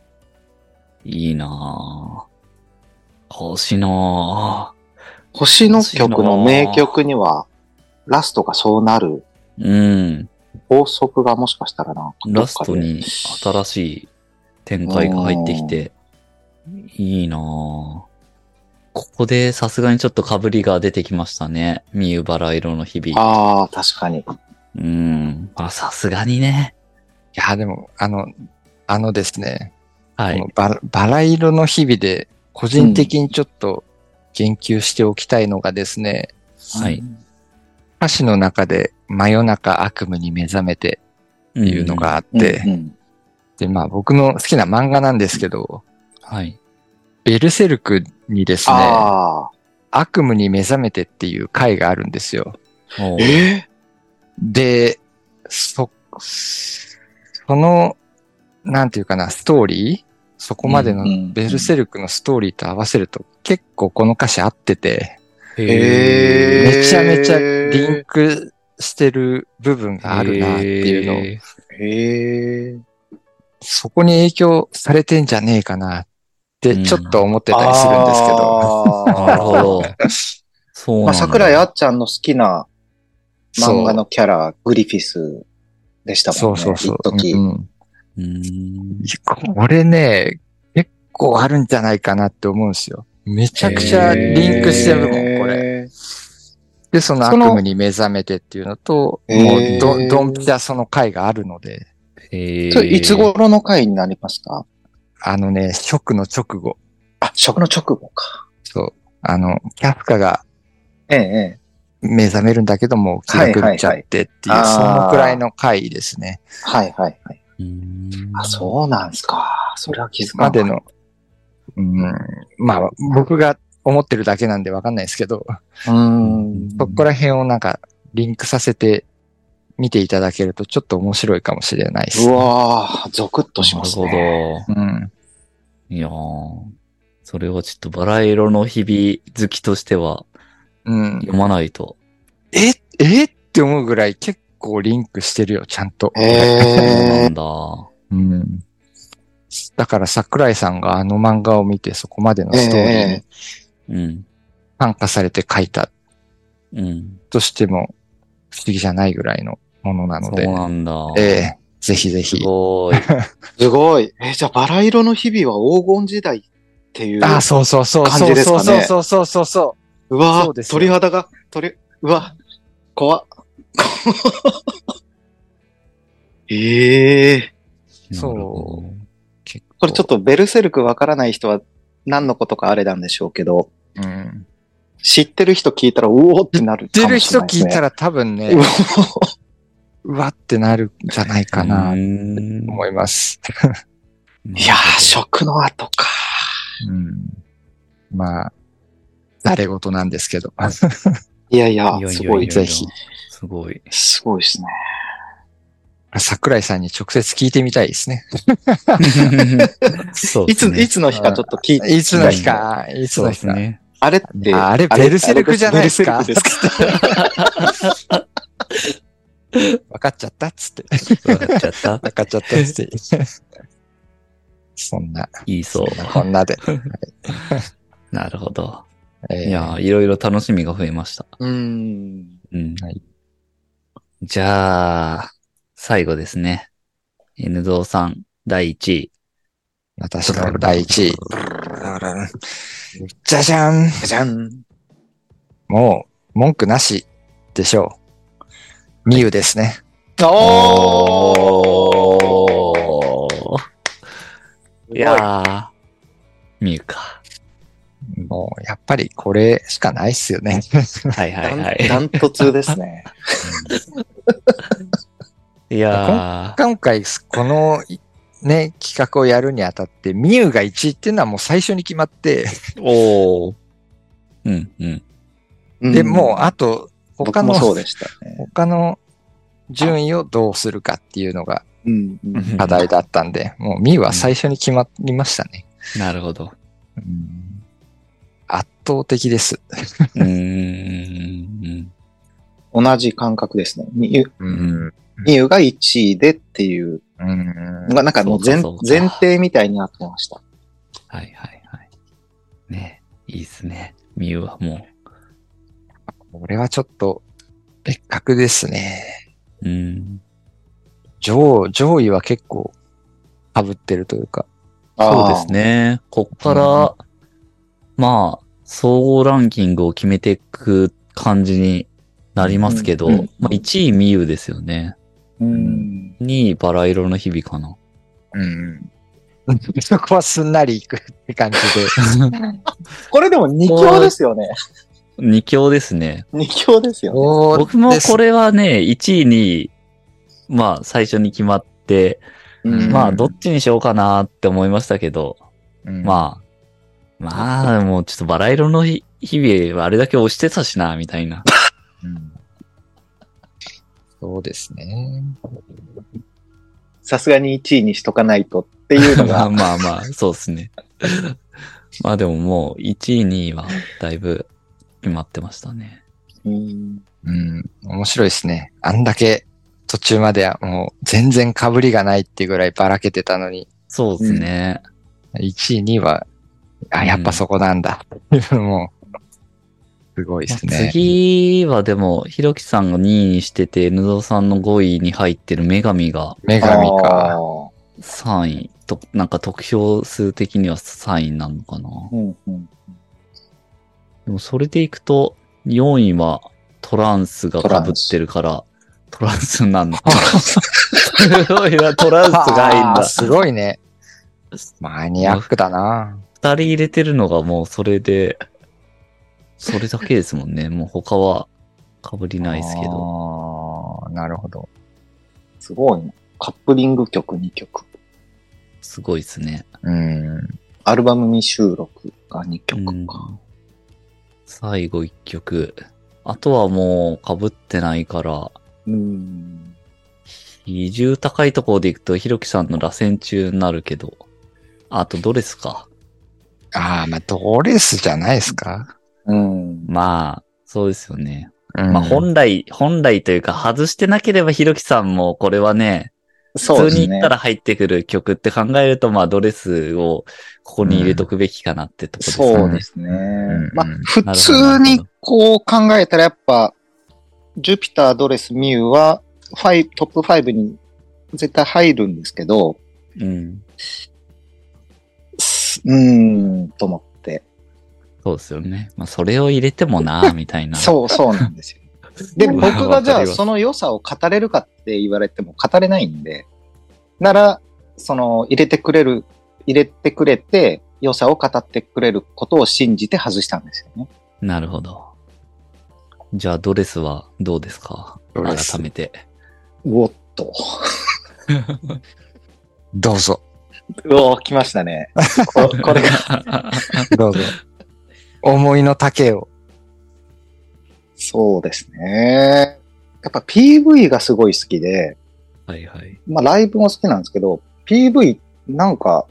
A: いいなぁ。星野
C: 星の曲の名曲には、ラストがそうなる
A: うん。
C: 法則がもしかしたらなんかどっかで
A: ラストに新しい展開が入ってきて、いいなぁ。ここでさすがにちょっと被りが出てきましたね。ミユバラ色の日々。
C: ああ、確かに。
A: うん。まあさすがにね。
B: いや、でも、あの、あのですね、
A: はい
B: こ。のバラバラ色の日々で、個人的にちょっと言及しておきたいのがですね、
A: はい。
B: 歌詞の中で真夜中悪夢に目覚めて
A: っ
B: っていうのがあっ
C: うん
B: て、
C: うん
B: で、まあ僕の好きな漫画なんですけど、
A: はい。
B: ベルセルクにですね、
C: ああ、
B: 悪夢に目覚めてっていう回があるんですよ。
A: おう
C: え
B: で、そ、その、なんていうかな、ストーリーそこまでの
C: うんうんうん
B: ベルセルクのストーリーと合わせると結構この歌詞合ってて、
C: へー
B: めちゃめちゃリンクしてる部分があるなっていうのを、
A: へ
C: へえ。
B: そこに影響されてんじゃねえかなってちょっと思ってたりするんですけど、
C: あー
A: ー なるほど。そうなん
C: ま
A: だ
C: あ、桜井あっちゃんの好きな
B: そう
C: 漫画のキャラ、グリフィスでした
B: そ
C: もん
B: う
C: ね。
B: そうそう
C: 一。時
B: うん
A: うーん
B: これね、結構あるんじゃないかなって思うんですよ。めちゃくちゃリンクしてるもん、これ。
C: れ。
B: で、その悪
C: その
B: 夢に目覚めてっていうのと、
C: へー
B: もうど、どんぴちゃその回があるので、
A: へー
C: それいつ頃の回になりますか
B: あのね、ショックの直後、
C: あ、食の直後か。
B: そう、あの、キャフカが
C: ええ、え
B: 目覚めるんだけども、気が狂っちゃってっていう、
C: はいはいはい
B: そのくらいの回ですね。
C: え。はいはいはい。
A: うーん
C: あ、そうなんすか。それは気づかな
B: ま
C: か
B: で
C: った
B: の、うん、まあ、僕が思ってるだけなんでわかんないですけど、
C: うーん。
B: そこら辺をなんかリンクさせて見ていただけるとちょっと面白いかもしれないです、
C: うわぁ、ゾクッとします
A: なる
C: ね。
A: ほ
B: うん。
A: ど。いやーそれはちょっとバラ色の日々好きとしては
B: うん。
A: 読まないと。
B: ええって思うぐらい結構リンクしてるよ、ちゃんと。
C: へ
A: そうな
C: え。
A: んだ。
B: うん。だから桜井さんがあの漫画を見てそこまでのストーリーに
A: うん。
B: 感化されて書いた
A: うん。
B: としても不思議じゃないぐらいのものな
A: そ
B: の
A: う
B: で、
A: なんだ。
B: ええぜひぜ
A: す
B: ひ。
A: ご い。
C: すごい。え、じゃあ、バラ色の日々は黄金時代っていう。
B: ああ、そうそうそう
C: 感
B: そ
C: じ
B: う
C: です
B: そう
C: かね
B: そうそうそうそう
C: わ
B: そ
C: ぁ
B: うですよ
C: 鳥肌が、鳥、うわ怖っ。 ええ
A: な
B: う。
A: るほ
B: そ
A: ど
B: う。結構
C: これちょっとベルセルクわからない人は何のことかあれなんでしょうけど、
B: うん。
C: 知ってる人聞いたら、うおーってなる
B: 出
C: か
B: る
C: もし
B: 人
C: れないです
B: 聞い
C: ね。
B: たら多分ね
C: う、お
B: うわってなるんじゃないかな
A: う、ん
B: 思います。
C: いやー、食の後か。
B: うん。まあ、誰事なんですけど。
C: いやいや
A: いや、いや
C: すごい
A: や、
B: ぜひ。
A: すごい。
C: すごいですね。
B: 桜井さんに直接聞いてみたいですね。
A: そう
C: い
A: で
C: つ、
A: すね。
C: いつの日かちょっと聞いて、
B: いつの日か、いつ
A: そう
B: の
A: で
B: 日
A: す
B: か。
A: ね。
C: あれって、
B: ああれベルセルクじゃないですか
C: ベルセルクですか
B: 分かっちゃったっつって。
A: わかっちゃった。
B: 分かっちゃったっつって。そんな、
A: いいそう。
B: こんなで。
A: なるほど。
B: えー
A: いやー、いろいろ楽しみが増えました。
C: うーん。
A: うん。
B: はい
A: じゃあ、最後ですね。N ゾウさん、第1位。
B: 私の第一位。じゃじゃん
C: じゃん。
B: もう、文句なしでしょう。ミユですね。
C: おー
A: おーいやー、ミュか。
B: もう、やっぱりこれしかないっすよね。
A: はいはいは
C: ダントツですね。
A: い。いや
B: 今回、この、ね、企画をやるにあたって、ミユが1位っていうのはもう最初に決まって、
A: ー、おー。うんうん。
B: で、もう、あと、
C: うん、
B: 他の、
C: 僕もそうでしたね。
B: 他の順位をどうするかっていうのが
C: うん、う
A: うん
C: ん。
B: 課題だったんで、もうミユは最初に決まりましたね。
A: なるほど。
B: うん圧倒的です。
A: うーん。
C: 同じ感覚ですね。みゆ、
A: ん
C: みゆが1位でっていう
B: うん
C: のが、なんかもう前
A: そうかそうか
C: 前提みたいになってました。
A: はいはいはい。ねいいっすね。ミュはも
B: これはちょっと別格ですね。
A: う。うん。
B: 上、上位は結構被ってるというか。
A: そうですね。こっから、まあ、総合ランキングを決めていく感じになりますけど、
C: うんうん
A: まあ1位ミユですよね。
C: あー。うん。
A: 2位バラ色の日々かな。
B: うん。そこはすんなりいくって感 じ
C: これでも2強ですよね。
A: 2強ですね。
C: 2強です
B: で。
C: よね。
A: 僕もこれはね、1位に、まあ最初に決まって、
B: うん
A: まあどっちにしようかなって思いましたけど、
B: まあ、
A: まあ、まあ、もうちょっとバラ色の日日々はあれだけ押してたしな、みたい な。
B: うんそうですね。
C: さすがに1位にしとかないとっていうの
A: まあ
C: が、
A: まあまあ、そうですね。まあでももう、1位、2位はだいぶ決まってましたね。
C: うん
B: うん。面白いですね。あんだけ途中まではもう全然被りがないっていうぐらいばらけてたのに、
A: そうですね。
B: 1位、2位は、あ、やっぱそこなんだ。もう、すごいです
A: まあ
B: ね。
A: 次はでも、ひろきさんが2位にしてて、ぬぞうさんの5位に入ってる女神が
B: 女神か。。
A: 3位と、なんか得票数的には3位なのかな。
C: うんうん。
A: でもそれでいくと、4位はトランスが被ってるから、 トランスなんだ。すごいな、トランスがいいん
B: あー
A: だ。
B: すごいね。マニアックだな。
A: 二人入れてるのがもうそれで、それだけですもんね。もう他は被りないですけど。
B: ど。なるほど。
C: すごいな。カップリング曲2曲。
A: すごいですね。
B: うん。
C: アルバム未収録が2曲
A: う
C: か。
A: ん最後一曲。あとはもう被ってないから、
C: うん。
A: 比重高いところでいくと、ひろきさんの螺旋中になるけど、あとドレスか。
B: ああ、まあ、ドレスじゃないですか。
C: うん。
A: まあ、そうですよね。
B: うん
A: まあ本来、本来というか外してなければひろきさんもこれはね、
C: そ
A: 普
C: うで
A: 通
C: す
A: に行
C: ね
A: った。ら入ってくる曲って考えると、まあ、ドレスをここに入れとくべきかなってとこですね。
C: そうですね
A: ん。
C: まあ
A: うん、
C: 普通にこう考えたらやっぱ、ジュピター、ドレス、ミューは、ファイトップ5に絶対入るんですけど、
A: うん。
C: すうーん、と思って。
A: そうですよね。まあ、それを入れてもな、みたいな。
C: そう、そうなんですよ。で、
A: うん
C: 僕がじ
A: わか
C: ゃあ
A: ります
C: その良さを語れるかって言われても語れないんで、なら、その入れてくれる、入れてくれて、良さを語ってくれることを信じて外したんですよね。
A: なるほど。じゃあ、ドレスはどうですか
B: ドレス
A: 改めて。
C: おっと。
B: どうぞ、
C: うおー、来ましたね。ここ れが。
B: どうぞ。思いの丈を。
C: そうですね。やっぱ PV がすごい好きで、
A: はいはい。
C: まあライブも好きなんですけど、PV なんか、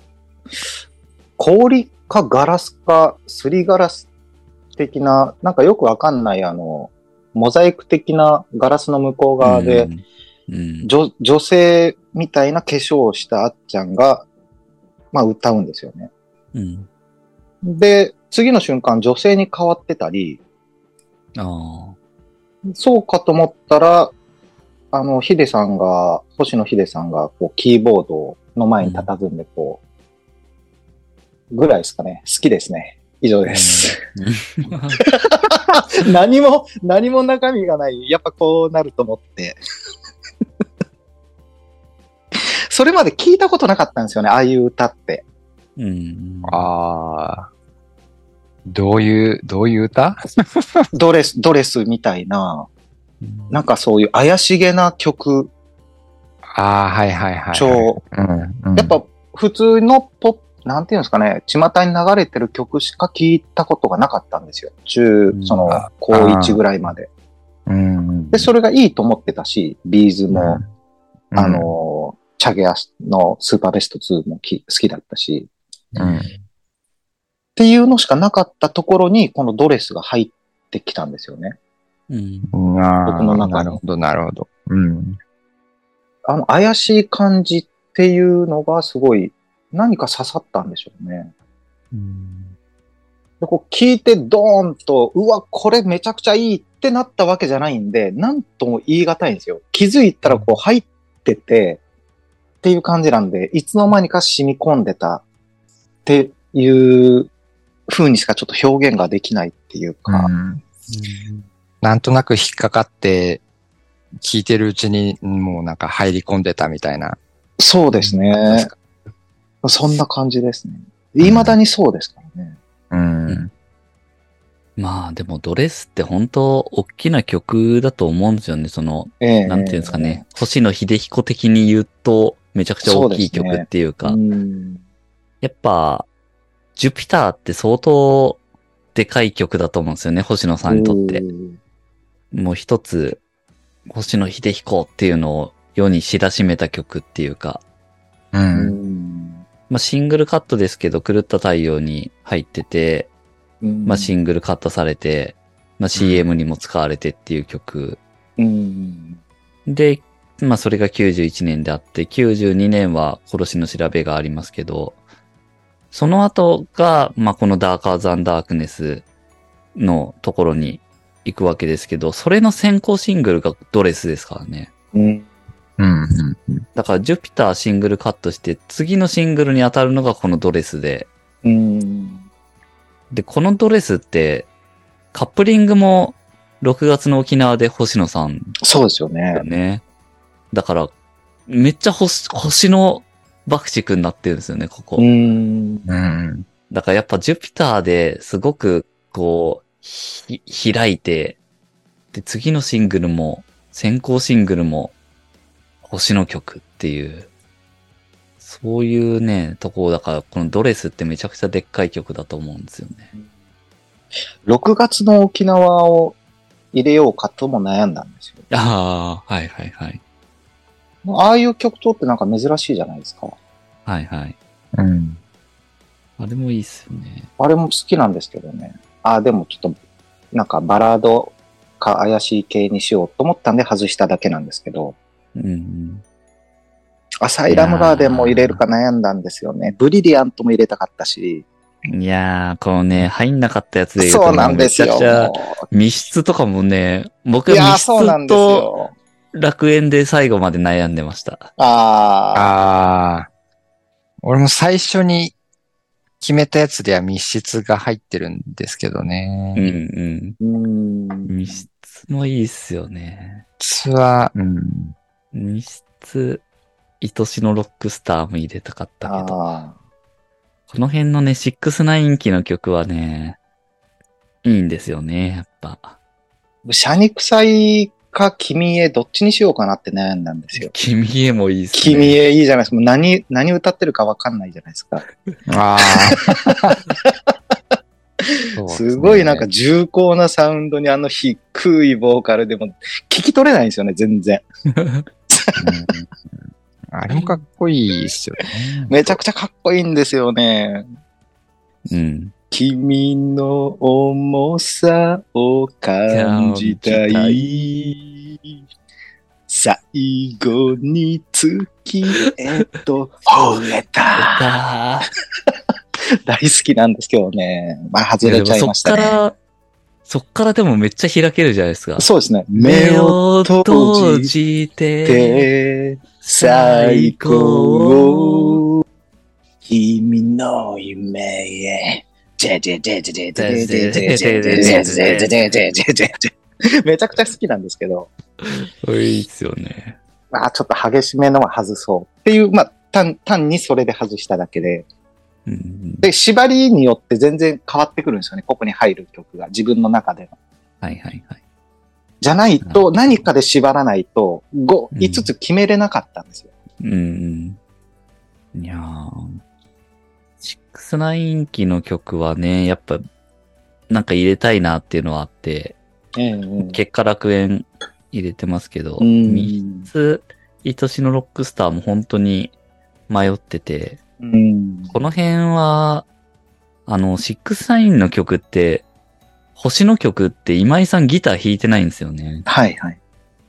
C: 氷かガラスかすりガラス的な、なんかよくわかんないあの、モザイク的なガラスの向こう側で、
A: うん、うん。
C: 女女性みたいな化粧をしたあっちゃんが、まあ歌うんですよね。
A: うん。
C: で、次の瞬間女性に変わってたり、
A: あ
C: そうかと思ったら、あの、ヒデさんが、星野ヒデさんが、こう、キーボードの前に佇んで、こう、ぐらいですかね。好きですね。以上
A: あ。
C: です。
A: うん。
C: 何も、何も中身がない。やっぱこうなると思って。 それまで聞いたことなかったんですよね、ああいう歌って。
A: うん。
B: ああ。どういう、どういう歌
C: ドレス、ドレスみたいな、
A: うん
C: なんかそういう怪しげな曲
B: ああ、はいはいはい。
C: 調、
B: うん、うん。
C: やっぱ普通のポップ、なんていうんですかね、巷に流れてる曲しか聞いたことがなかったんですよ。中
A: う、ん
C: その
B: あ、
C: 高1ぐらいまで。
B: うん、うん。
C: で、それがいいと思ってたし、ビーズも、
B: うん、
C: あの、チャゲアスのスーパーベスト2もき好きだったし、
B: うん
C: っていうのしかなかったところに、このドレスが入ってきたんですよね。
A: うん。
B: うん、あー
C: 僕の中に
B: なるほど、なるほど。うん。
C: あの、怪しい感じっていうのがすごい、何か刺さったんでしょうね。
A: うん
C: でこう聞いてドーンと、うわ、これめちゃくちゃいいってなったわけじゃないんで、なんとも言い難いんですよ。気づいたらこう入ってて、っていう感じなんで、いつの間にか染み込んでたっていう風にしかちょっと表現ができないっていうか、
B: うんなんとなく引っかかって、聞いてるうちに、もうなんか入り込んでたみたいな。
C: そうですね。そんな感じですね。未だにそうですからね。
B: うん。
A: うんまあでもドレスって本当大きな曲だと思うんですよね。その、
C: ええ
A: なんていうんですかね。星野秀彦的に言うとめちゃくちゃ大きい曲っていうか、
C: うん
A: やっぱジュピターって相当でかい曲だと思うんですよね。星野さんにとって。
C: うん
A: もう一つ星野秀彦っていうのを世に知らしめた曲っていうか、
B: う。
C: うんん
A: まあシングルカットですけど狂った太陽に入ってて、まあシングルカットされて、まあ CM にも使われてっていう曲。
C: うん
A: で、まあそれが91年であって、92年は殺しの調べがありますけど、その後が、まあこのダーカーザンダークネスのところに行くわけですけど、それの先行シングルがドレスですからね。
C: うん
B: うん。うん
A: だからジュピターシングルカットして、次のシングルに当たるのがこのドレスで、
C: うん
A: で、このドレスって、カップリングも6月の沖縄で星野さん
C: そうですよね
A: だよ。ね。だから、めっちゃ星、星の爆竹になってるんですよね、ここ。
C: ん。
B: うん。
A: だからやっぱジュピターですごく、こう、ひ、開いて、で、次のシングルも、先行シングルも、星の曲っていう、そういうね、とこだから、このドレスってめちゃくちゃでっかい曲だと思うんですよね。
C: 6月の沖縄を入れようかとも悩んだんです
A: ああ、はいはいはい。
C: よ。ああいう曲とってなんか珍しいじゃないですか。
A: はいはい。
B: うん。
A: あれもいいっすよね。
C: あれも好きなんですけどね。ああ、でもちょっと、なんかバラードか怪しい系にしようと思ったんで外しただけなんですけど、
A: うんうん。
C: アサイラムガーデンも入れるか悩んだんですよね。ブリリアントも入れたかったし。
A: いやー、このね、入んなかったやつで言うと、
C: そうなんですよ。
A: めちゃくちゃ密室とかもね、僕
C: いや
A: は
C: ー、
A: 密
C: そうなん
A: 室
C: です
A: と
C: よ。
A: 楽園で最後まで悩んでました。
C: あ
B: ああ。俺も最初に決めたやつでは密室が入ってるんですけどね。
A: うんうん。
C: ー。うん。
A: 密室もいいっすよね。
B: 密室は、うん。
A: 密室、愛しのロックスターも入れたかったけど。
C: あ
A: この辺のね、69期の曲はね、いいんですよね、やっぱ。
C: ーシャニクサイか君へどっちにしようかなって悩んだんですよ。
A: 君へもいいっすね。
C: 君へいいじゃないですか。もう何、何歌ってるかわかんないじゃないですか。
B: ああ。そうですね
C: すごいなんか、重厚なサウンドにあの低いボーカルでも聞き取れないんですよね、全然。
B: うんあれもかっこいいっすよね。
C: めちゃくちゃかっこいいんですよね。
A: うん。
C: 君の重さを感じた
A: 感
C: い。最後に 月へと惚れた。
A: だー
C: 大好きなんですけどね。まあ外れちゃいました
A: やで
C: ね。
A: もそっから、そっからでもめっちゃ開けるじゃないですか。
C: そうですね。目を
A: を
C: 閉
A: じ
C: っ、て最高を君の夢へ。めちゃくちゃ好きなんですけど、
A: いいっすよね。
C: まあちょっと激しめのは外そうっていう、まあ単単にそれで外しただけで、
A: うん。
C: で、縛りによって全然変わってくるんですよね、ここに入る曲が、自分の中での。
A: はいはいはい。
C: じゃな
A: な
C: い
A: るほど
C: と、何かで縛らないと、5、
A: うん
C: 5つ決めれなかったんですよ。
A: うんうん。いやー。シックスナイン期の曲はね、やっぱ、なんか入れたいなっていうのはあって、結果楽園入れてますけど、
C: うん
A: 密室、愛しのロックスターも本当に迷ってて、
C: うん
A: この辺は、あの、シックスナインの曲って、星の曲って今井さんギター弾いてないんですよね。
C: はいはい。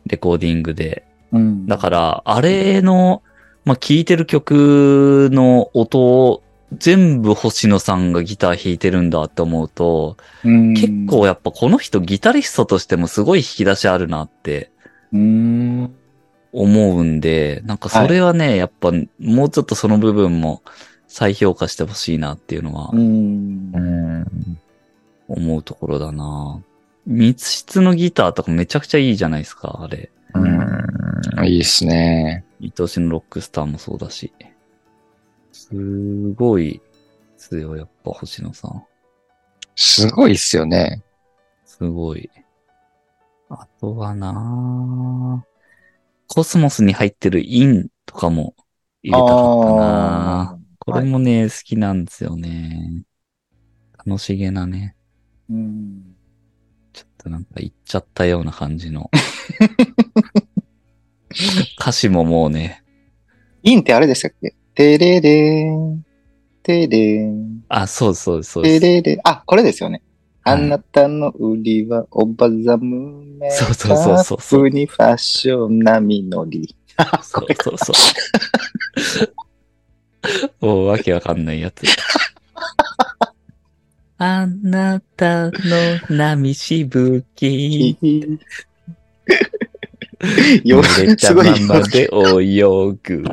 A: レコーディングで。
C: うん
A: だから、あれの、まあ、聴いてる曲の音を全部星野さんがギター弾いてるんだって思うと、結構やっぱこの人ギタリストとしてもすごい引き出しあるなって
C: うん、
A: 思うんで、なんかそれはね、やっぱもうちょっとその部分も再評価してほしいなっていうのは
C: うん
B: うん。
A: 思うところだな密室のギターとかめちゃくちゃいいじゃないですか、あれ。
B: うん。いいっすね。
A: 愛しのロックスターもそうだし。すごい強い、やっぱ星野さん。
B: すごいっすよね。
A: すごい。あとはなコスモスに入ってるインとかも入れたかったな
C: あ
A: これもね、好きなんですよね。楽しげなね。
C: ーうん
A: ちょっとなんか言っちゃったような感じの。歌詞ももうね、
C: インってあれでしたっけてれれん、てれん、
A: あ、そうですそうです、そうで
C: て
A: す。
C: れれん。あ、これですよね。
A: はい
C: あなたの売りはおばざむめ。
A: そうそうそうそうそう
C: カップにファッション並みのり。
A: そうそうそう。もうわけわかんないやつ。あなたの波しぶき。
C: よ、
A: 濡れた
C: すごい
A: ま。まで泳ぐ。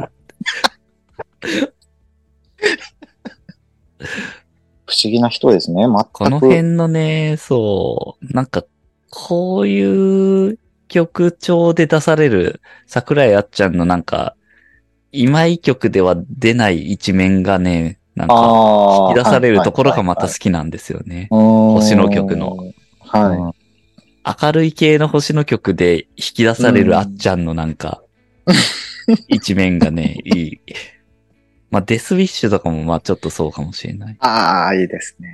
C: 不思議な人ですね。全く。
A: この辺のね、そう、なんか、こういう曲調で出される桜井あっちゃんのなんか、今井曲では出ない一面がね、なんか、
C: あ
A: 引
C: あ
A: き出されるところがまた好
C: き。
A: きなんですよね。星
C: 星
A: 野曲の。
C: は
A: 明るい系の星の曲で引き出されるあっちゃんのなん か、一面がね、いい。まあ、デスウィッシュとかもまあちょっとそうかもしれない。
C: い。ああ、いいですね。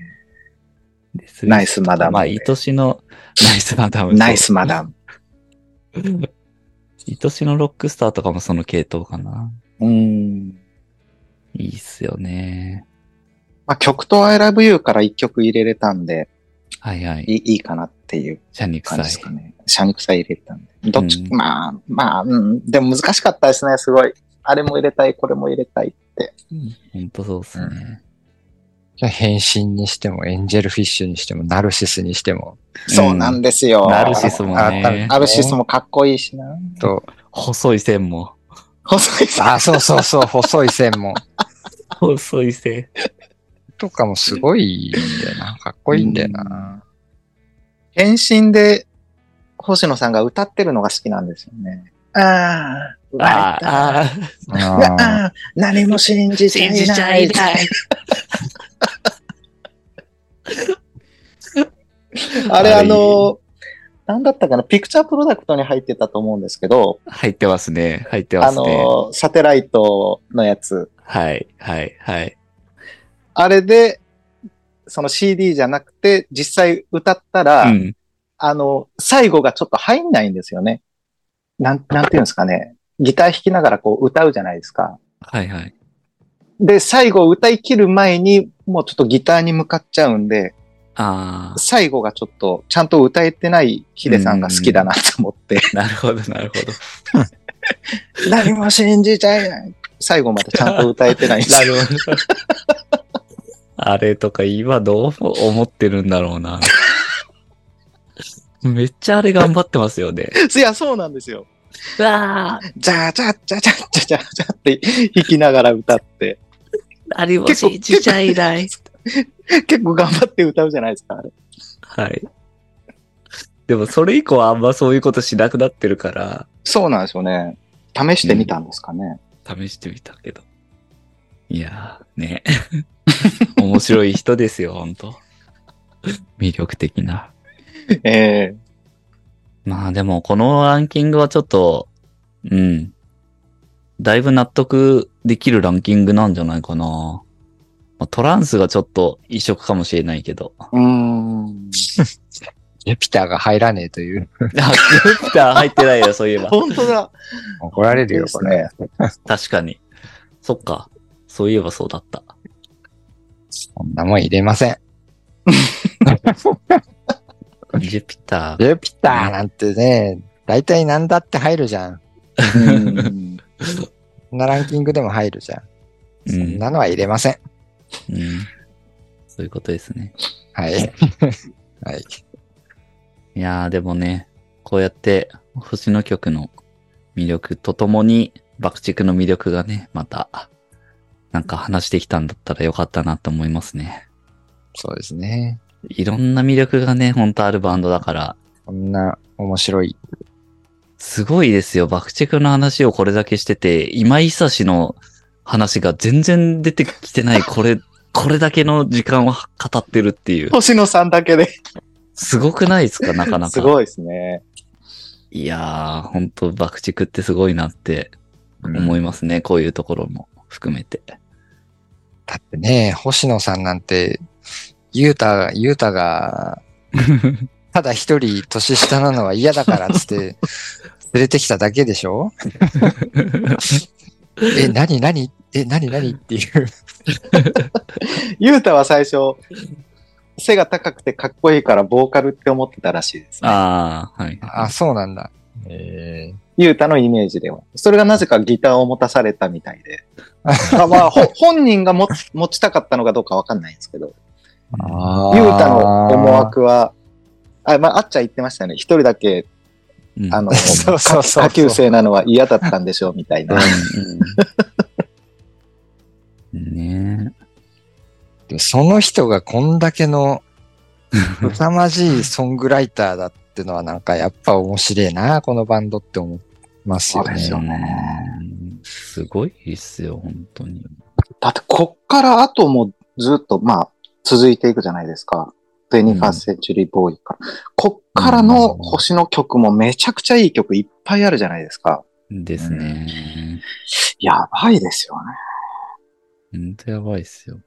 A: デスウィッシュ
C: ナイスマダム。
A: まあ、愛しの、ナイスマダム。
C: ナイスマダム。
A: 愛しのロックスターとかもその系統かな。
C: うん。
A: いいっすよね。
C: まあ、曲と I love you から一曲入れれたんで、
A: はいはい。
C: いいいいかなっていう
A: シャニク
C: 感
A: サ
C: じですか
A: イ。
C: ね。シャニクサ入れたんで。どっち、
A: うん
C: まあ、まあ、うん。でも難しかったですね、すごい。あれも入れたい、これも入れたいって。
A: ほんとそうっすね。
B: 変身にしても、エンジェルフィッシュにしても、ナルシスにしても、
C: そうなんですよ。
A: ナルシスも
B: あった
A: ね。
C: ナルシスもかっこいいしな。
B: と、
A: 細い線も。
C: 細いさ。
B: あ、そうそうそう、細い線も、
A: 細い線。
B: とかもすごいんだよな。かっこいいんだよな。
C: 変身で、星野さんが歌ってるのが好きなんですよね。ああ、
A: ああ、
B: あ
C: あ、何も信じ
A: 信じちゃいたい。
C: あれ、
A: はい
C: あの、なんだったかな、ピクチャープロダクトに入ってたと思うんですけど、
A: 入ってますね。入ってま
C: あ
A: すね。
C: の、サテライトのやつ。
A: はい、はい、はい。
C: あれで、その CD じゃなくて、実際歌ったら、
A: うん。
C: あの、最後がちょっと入んないんですよね。なん、なんていうんですかね。ギター弾きながらこう歌うじゃないですか。
A: はい、はい。
C: で、最後歌い切る前に、もうちょっとギターに向かっちゃうんで、
A: あ
C: 最後がちょっとちゃんと歌えてないヒデさんが好きだなと思って。
A: あ、なるほど、なるほど。
C: 何も信じちゃいない。最後までちゃんと歌えてないんで す
A: な
C: よ。
A: るほど。あれとか今どう思ってるんだろうな。 めっちゃあれ頑張ってますよね。
C: いや、そうなんですよ。
A: わあ、
C: じゃあじゃあじゃあじゃあじゃあじゃあって弾きながら歌って。
A: 何も
C: 結構
A: 信じちゃいない。
C: 結構頑張って歌うじゃないですか、あれ。
A: はい。でもそれ以降はあんまそういうことしなくなってるから、
C: そうなんですよね。試してみたんですかね。
A: 試してみたけど。いやー、 ね。面白い人ですよ、ほんと。魅力的な。
C: え
A: まあでも、このランキングはちょっと、うん。だいぶ納得できるランキングなんじゃないかな。まあトランスがちょっと異色かもしれないけ ど。あ
C: えうーん。
B: ジュピターが入らねえという。
A: ジュピター入ってないよ、そういえば。
C: 本当だ。
B: 怒られるよ、
C: です
B: これ。
C: ね。
A: 確かに。そっか。そういえばそうだった。
B: こんなもん入れません。
A: ジュピタ
B: ジ
A: ー。
B: ュピターなんてね、大体なんだって入るじゃん。
C: うん
B: こんなランキングでも入るじゃん。
A: う
B: そん
A: ん。
B: なのは入れません。
A: うん。そういうことですね。
B: はい。 はい。
A: いやーでもね、こうやって星野曲の魅力とともに爆竹の魅力がね、またなんか話してきたんだったらよかったなと思いますね。
B: そうですね。
A: いろんな魅力がね、ほんとあるバンドだから、
B: こんな面白い。
A: すごいですよ。爆竹の話をこれだけしてて、今井久志の話が全然出てきてない、これ、これだけの時間を語ってるっていう。
C: 星野さんだけで。
A: すごくないですかなかなか。
C: すごいですね。
A: いやー、ほんと爆竹ってすごいなって思いますね。こういうところも含めて。
B: だってね、星野さんなんて、ゆうた、ゆうた が、ただ一人年下なのは嫌だからっつ って、連れてきただけでしょえ、なになにえ、なになにっていう。
C: ゆうたは最初、背が高くてかっこいいからボーカルって思ってたらしいです、ね。
A: あー、はい。
B: あ、そうなんだ。え
C: ゆうたのイメージでは。それがなぜかギターを持たされたみたい で。あまあ、ほ本人が持つ持ちたかったのかどうかわかんないんですけど、
B: ー、あ
C: ゆうたの思惑は、あ、まあ、あっちゃん言ってましたよね。一人だけ、
A: うん
C: あの、
B: そうそうそう
C: 下級生なのは嫌だったんでしょう、みたいな。
A: うんうん ね
B: その人がこんだけの凄まじいソングライターだってのはなんかやっぱ面白いな、このバンドって思いますよ
C: そう
A: え。
C: ですよ
B: ね。
C: ね
A: うんすごいっすよ、本当に。
C: だって、こっからあともずっと、まあ、続いていくじゃないですか。21st Century Boy から。こっからの星の曲もめちゃくちゃいい曲いっぱいあるじゃないですか。
A: ですね。
C: やばいですよね。
A: ほんとやばいっすよ。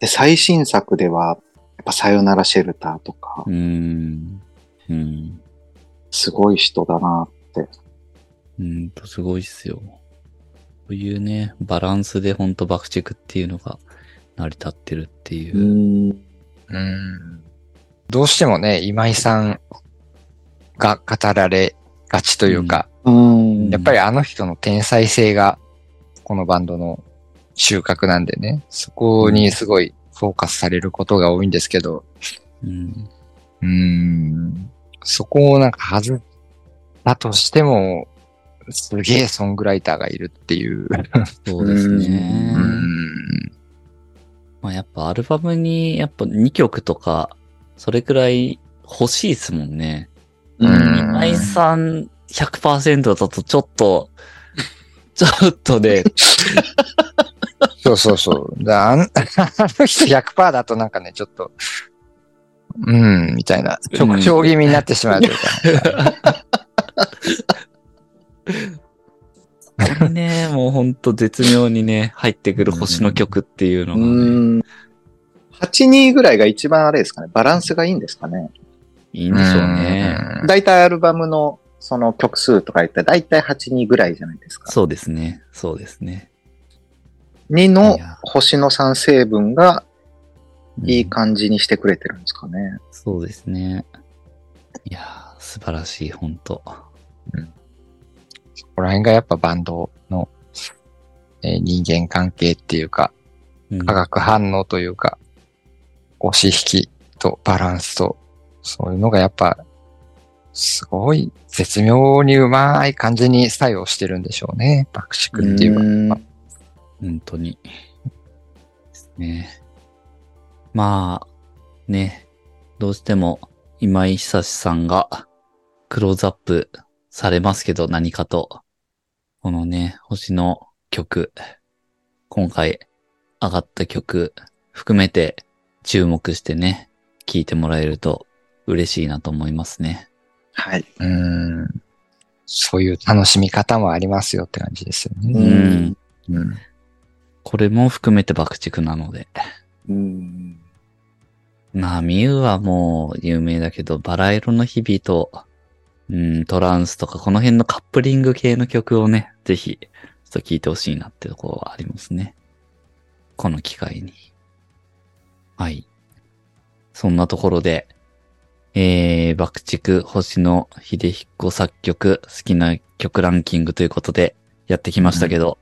C: で、最新作では、やっぱさよならシェルターとか、
A: うん。うん。
C: すごい人だな。
A: うんと、すごいっすよ。こういうね、バランスでほんと爆竹っていうのが成り立ってるっていう。
C: ん。
B: うんどうしてもね、今井さんが語られがちというか、
C: うん
B: やっぱりあの人の天才性がこのバンドの収穫なんでね、そこにすごいフォーカスされることが多いんですけど、
A: うん。
B: うーん、そこをなんか外だとしても、すげえソングライターがいるっていう。
A: そうです
B: う
A: ね。
B: ん
A: まあ、やっぱアルバムにやっぱ2曲とか、それくらい欲しいですもんね。
B: う
C: うん
B: ん
A: 今井さん100%だとちょっと、 ちょっとね、
B: そうそ うそう。だあんあの人100%だとなんかね、ちょっと、うん、みたいな、
A: うん
B: 直調気味になってしまうという か。
A: ね、もうほんと絶妙にね、入ってくる星の曲っていうのがね、
C: うん。8-2ぐらいが一番あれですかね、バランスがいいんですかね。
A: いいんでしょうね。
B: うん
C: 大体アルバムのその曲数とか言って大体8-2ぐらいじゃないですか。
A: そうですね。そうですね。
C: 2の
A: いや
C: 星の3成分が
A: うん
C: いい感じにしてくれてるんですかね。
A: そうですね。いやー、素晴らしい、ほんと。
B: ここら辺がやっぱバンドの、えー人間関係っていうか、
A: うん
B: 化学反応というか、押し引きとバランスと、そういうのがやっぱ、すごい絶妙にうまい感じに作用してるんでしょうね。爆竹っていうか。
C: うん
A: 本当に。ですね。まあ、ね、どうしても今井久志さんがクローズアップされますけど、何かと。このね、星の曲、今回上がった曲含めて注目してね、聴いてもらえると嬉しいなと思いますね。
C: はい。
B: うんそういう楽しみ方もありますよって感じですよね。
A: ん
B: うん
A: これも含めて爆竹なので。
C: うん。
A: まあ、ミュウはもう有名だけど、バラ色の日々と、うん、トランスとか、この辺のカップリング系の曲をね、ぜひ、ちょっと聴いてほしいなってところはありますね。この機会に。はい。そんなところで、えー、爆竹星野秀彦作曲、好きな曲ランキングということで、やってきましたけど、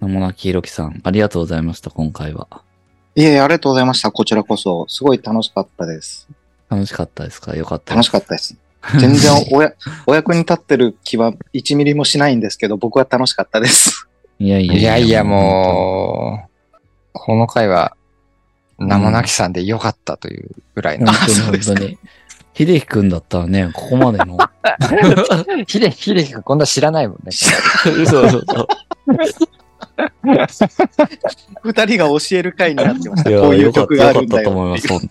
A: 名もなきひろきさん、ありがとうございました、今回は。
C: いえいえ、ありがとうございました。こちらこそ。すごい楽しかったです。
A: 楽しかったですかよかったです
C: 楽しかったです。全然おやお役に立ってる気は1ミリもしないんですけど、僕は楽しかっ たです。
A: いやいや
B: いやいやもう、この回は、名もなきさんで良かったというぐらいの
A: 本。当に
C: あそうです
A: 本
C: か
A: 当に。秀樹くんだったらね、ここまで の。
B: ひで、ひできがこんな知らないもんね。
A: そうそうそう。
C: 二人が教える回になってました。
A: いや
C: こういう
A: よかっ
C: 曲
A: た
C: があ
A: よか
C: る
A: っ
C: んだ
A: たと
C: よ
A: 思いま
C: って
A: す、
C: いう。
A: 本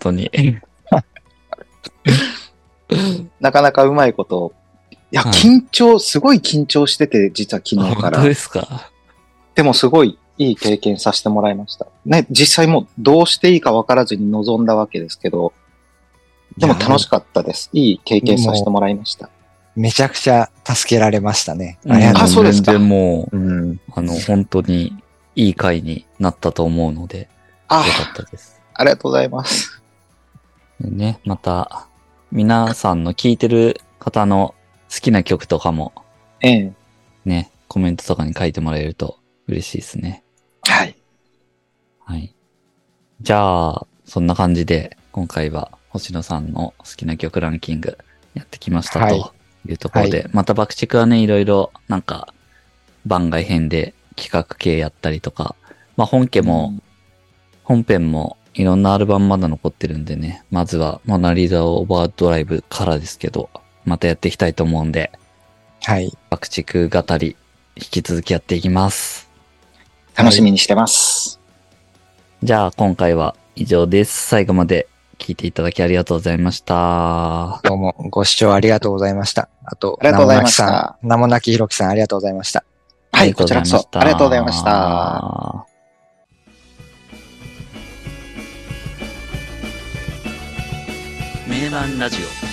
A: 当に。
C: なかなかうまいこと。いや、
A: はい
C: 緊張、すごい緊張してて、実は昨日か
A: 本
C: ら
A: 当。ですか
C: でもすごいいい経験させてもらいました。ね、実際もうどうしていいか分からずに臨んだわけですけど、でも楽しかったです。いい経験させてもらいました。
B: めちゃくちゃ助けられましたね。ありがと
C: あそうですか
A: 全然もう、
B: う。うん。
A: あの、本当にいい回になったと思うので、よ
C: あ、
A: かったです。
C: ありがとうございます。
A: ね、また、皆さんの聞いてる方の好きな曲とかも、
C: ええ。
A: ね、コメントとかに書いてもらえると嬉しいですね。
C: はい。
A: はい。じゃあ、そんな感じで、今回は星野さんの好きな曲ランキングやってきました
B: はい
A: というところで、また爆竹はね、いろいろなんか番外編で企画系やったりとか、まあ本家も、本編もいろんなアルバムまだ残ってるんでね、まずはモナリザオーバードライブからですけど、またやっていきたいと思うんで、
B: はい。
A: 爆竹語り引き続きやっていきます。
C: 楽しみにしてます。
A: じゃあ今回は以上です。最後まで聞いていただきありがとうございました。
B: どうも、ご視聴ありがとうございました。あと、
C: ありがとうございました
B: 名もなきさん名もなきひろきさん、ありがとうございました。
C: はい、こちらこそ。ありがとうございました。
A: た。名盤ラジオ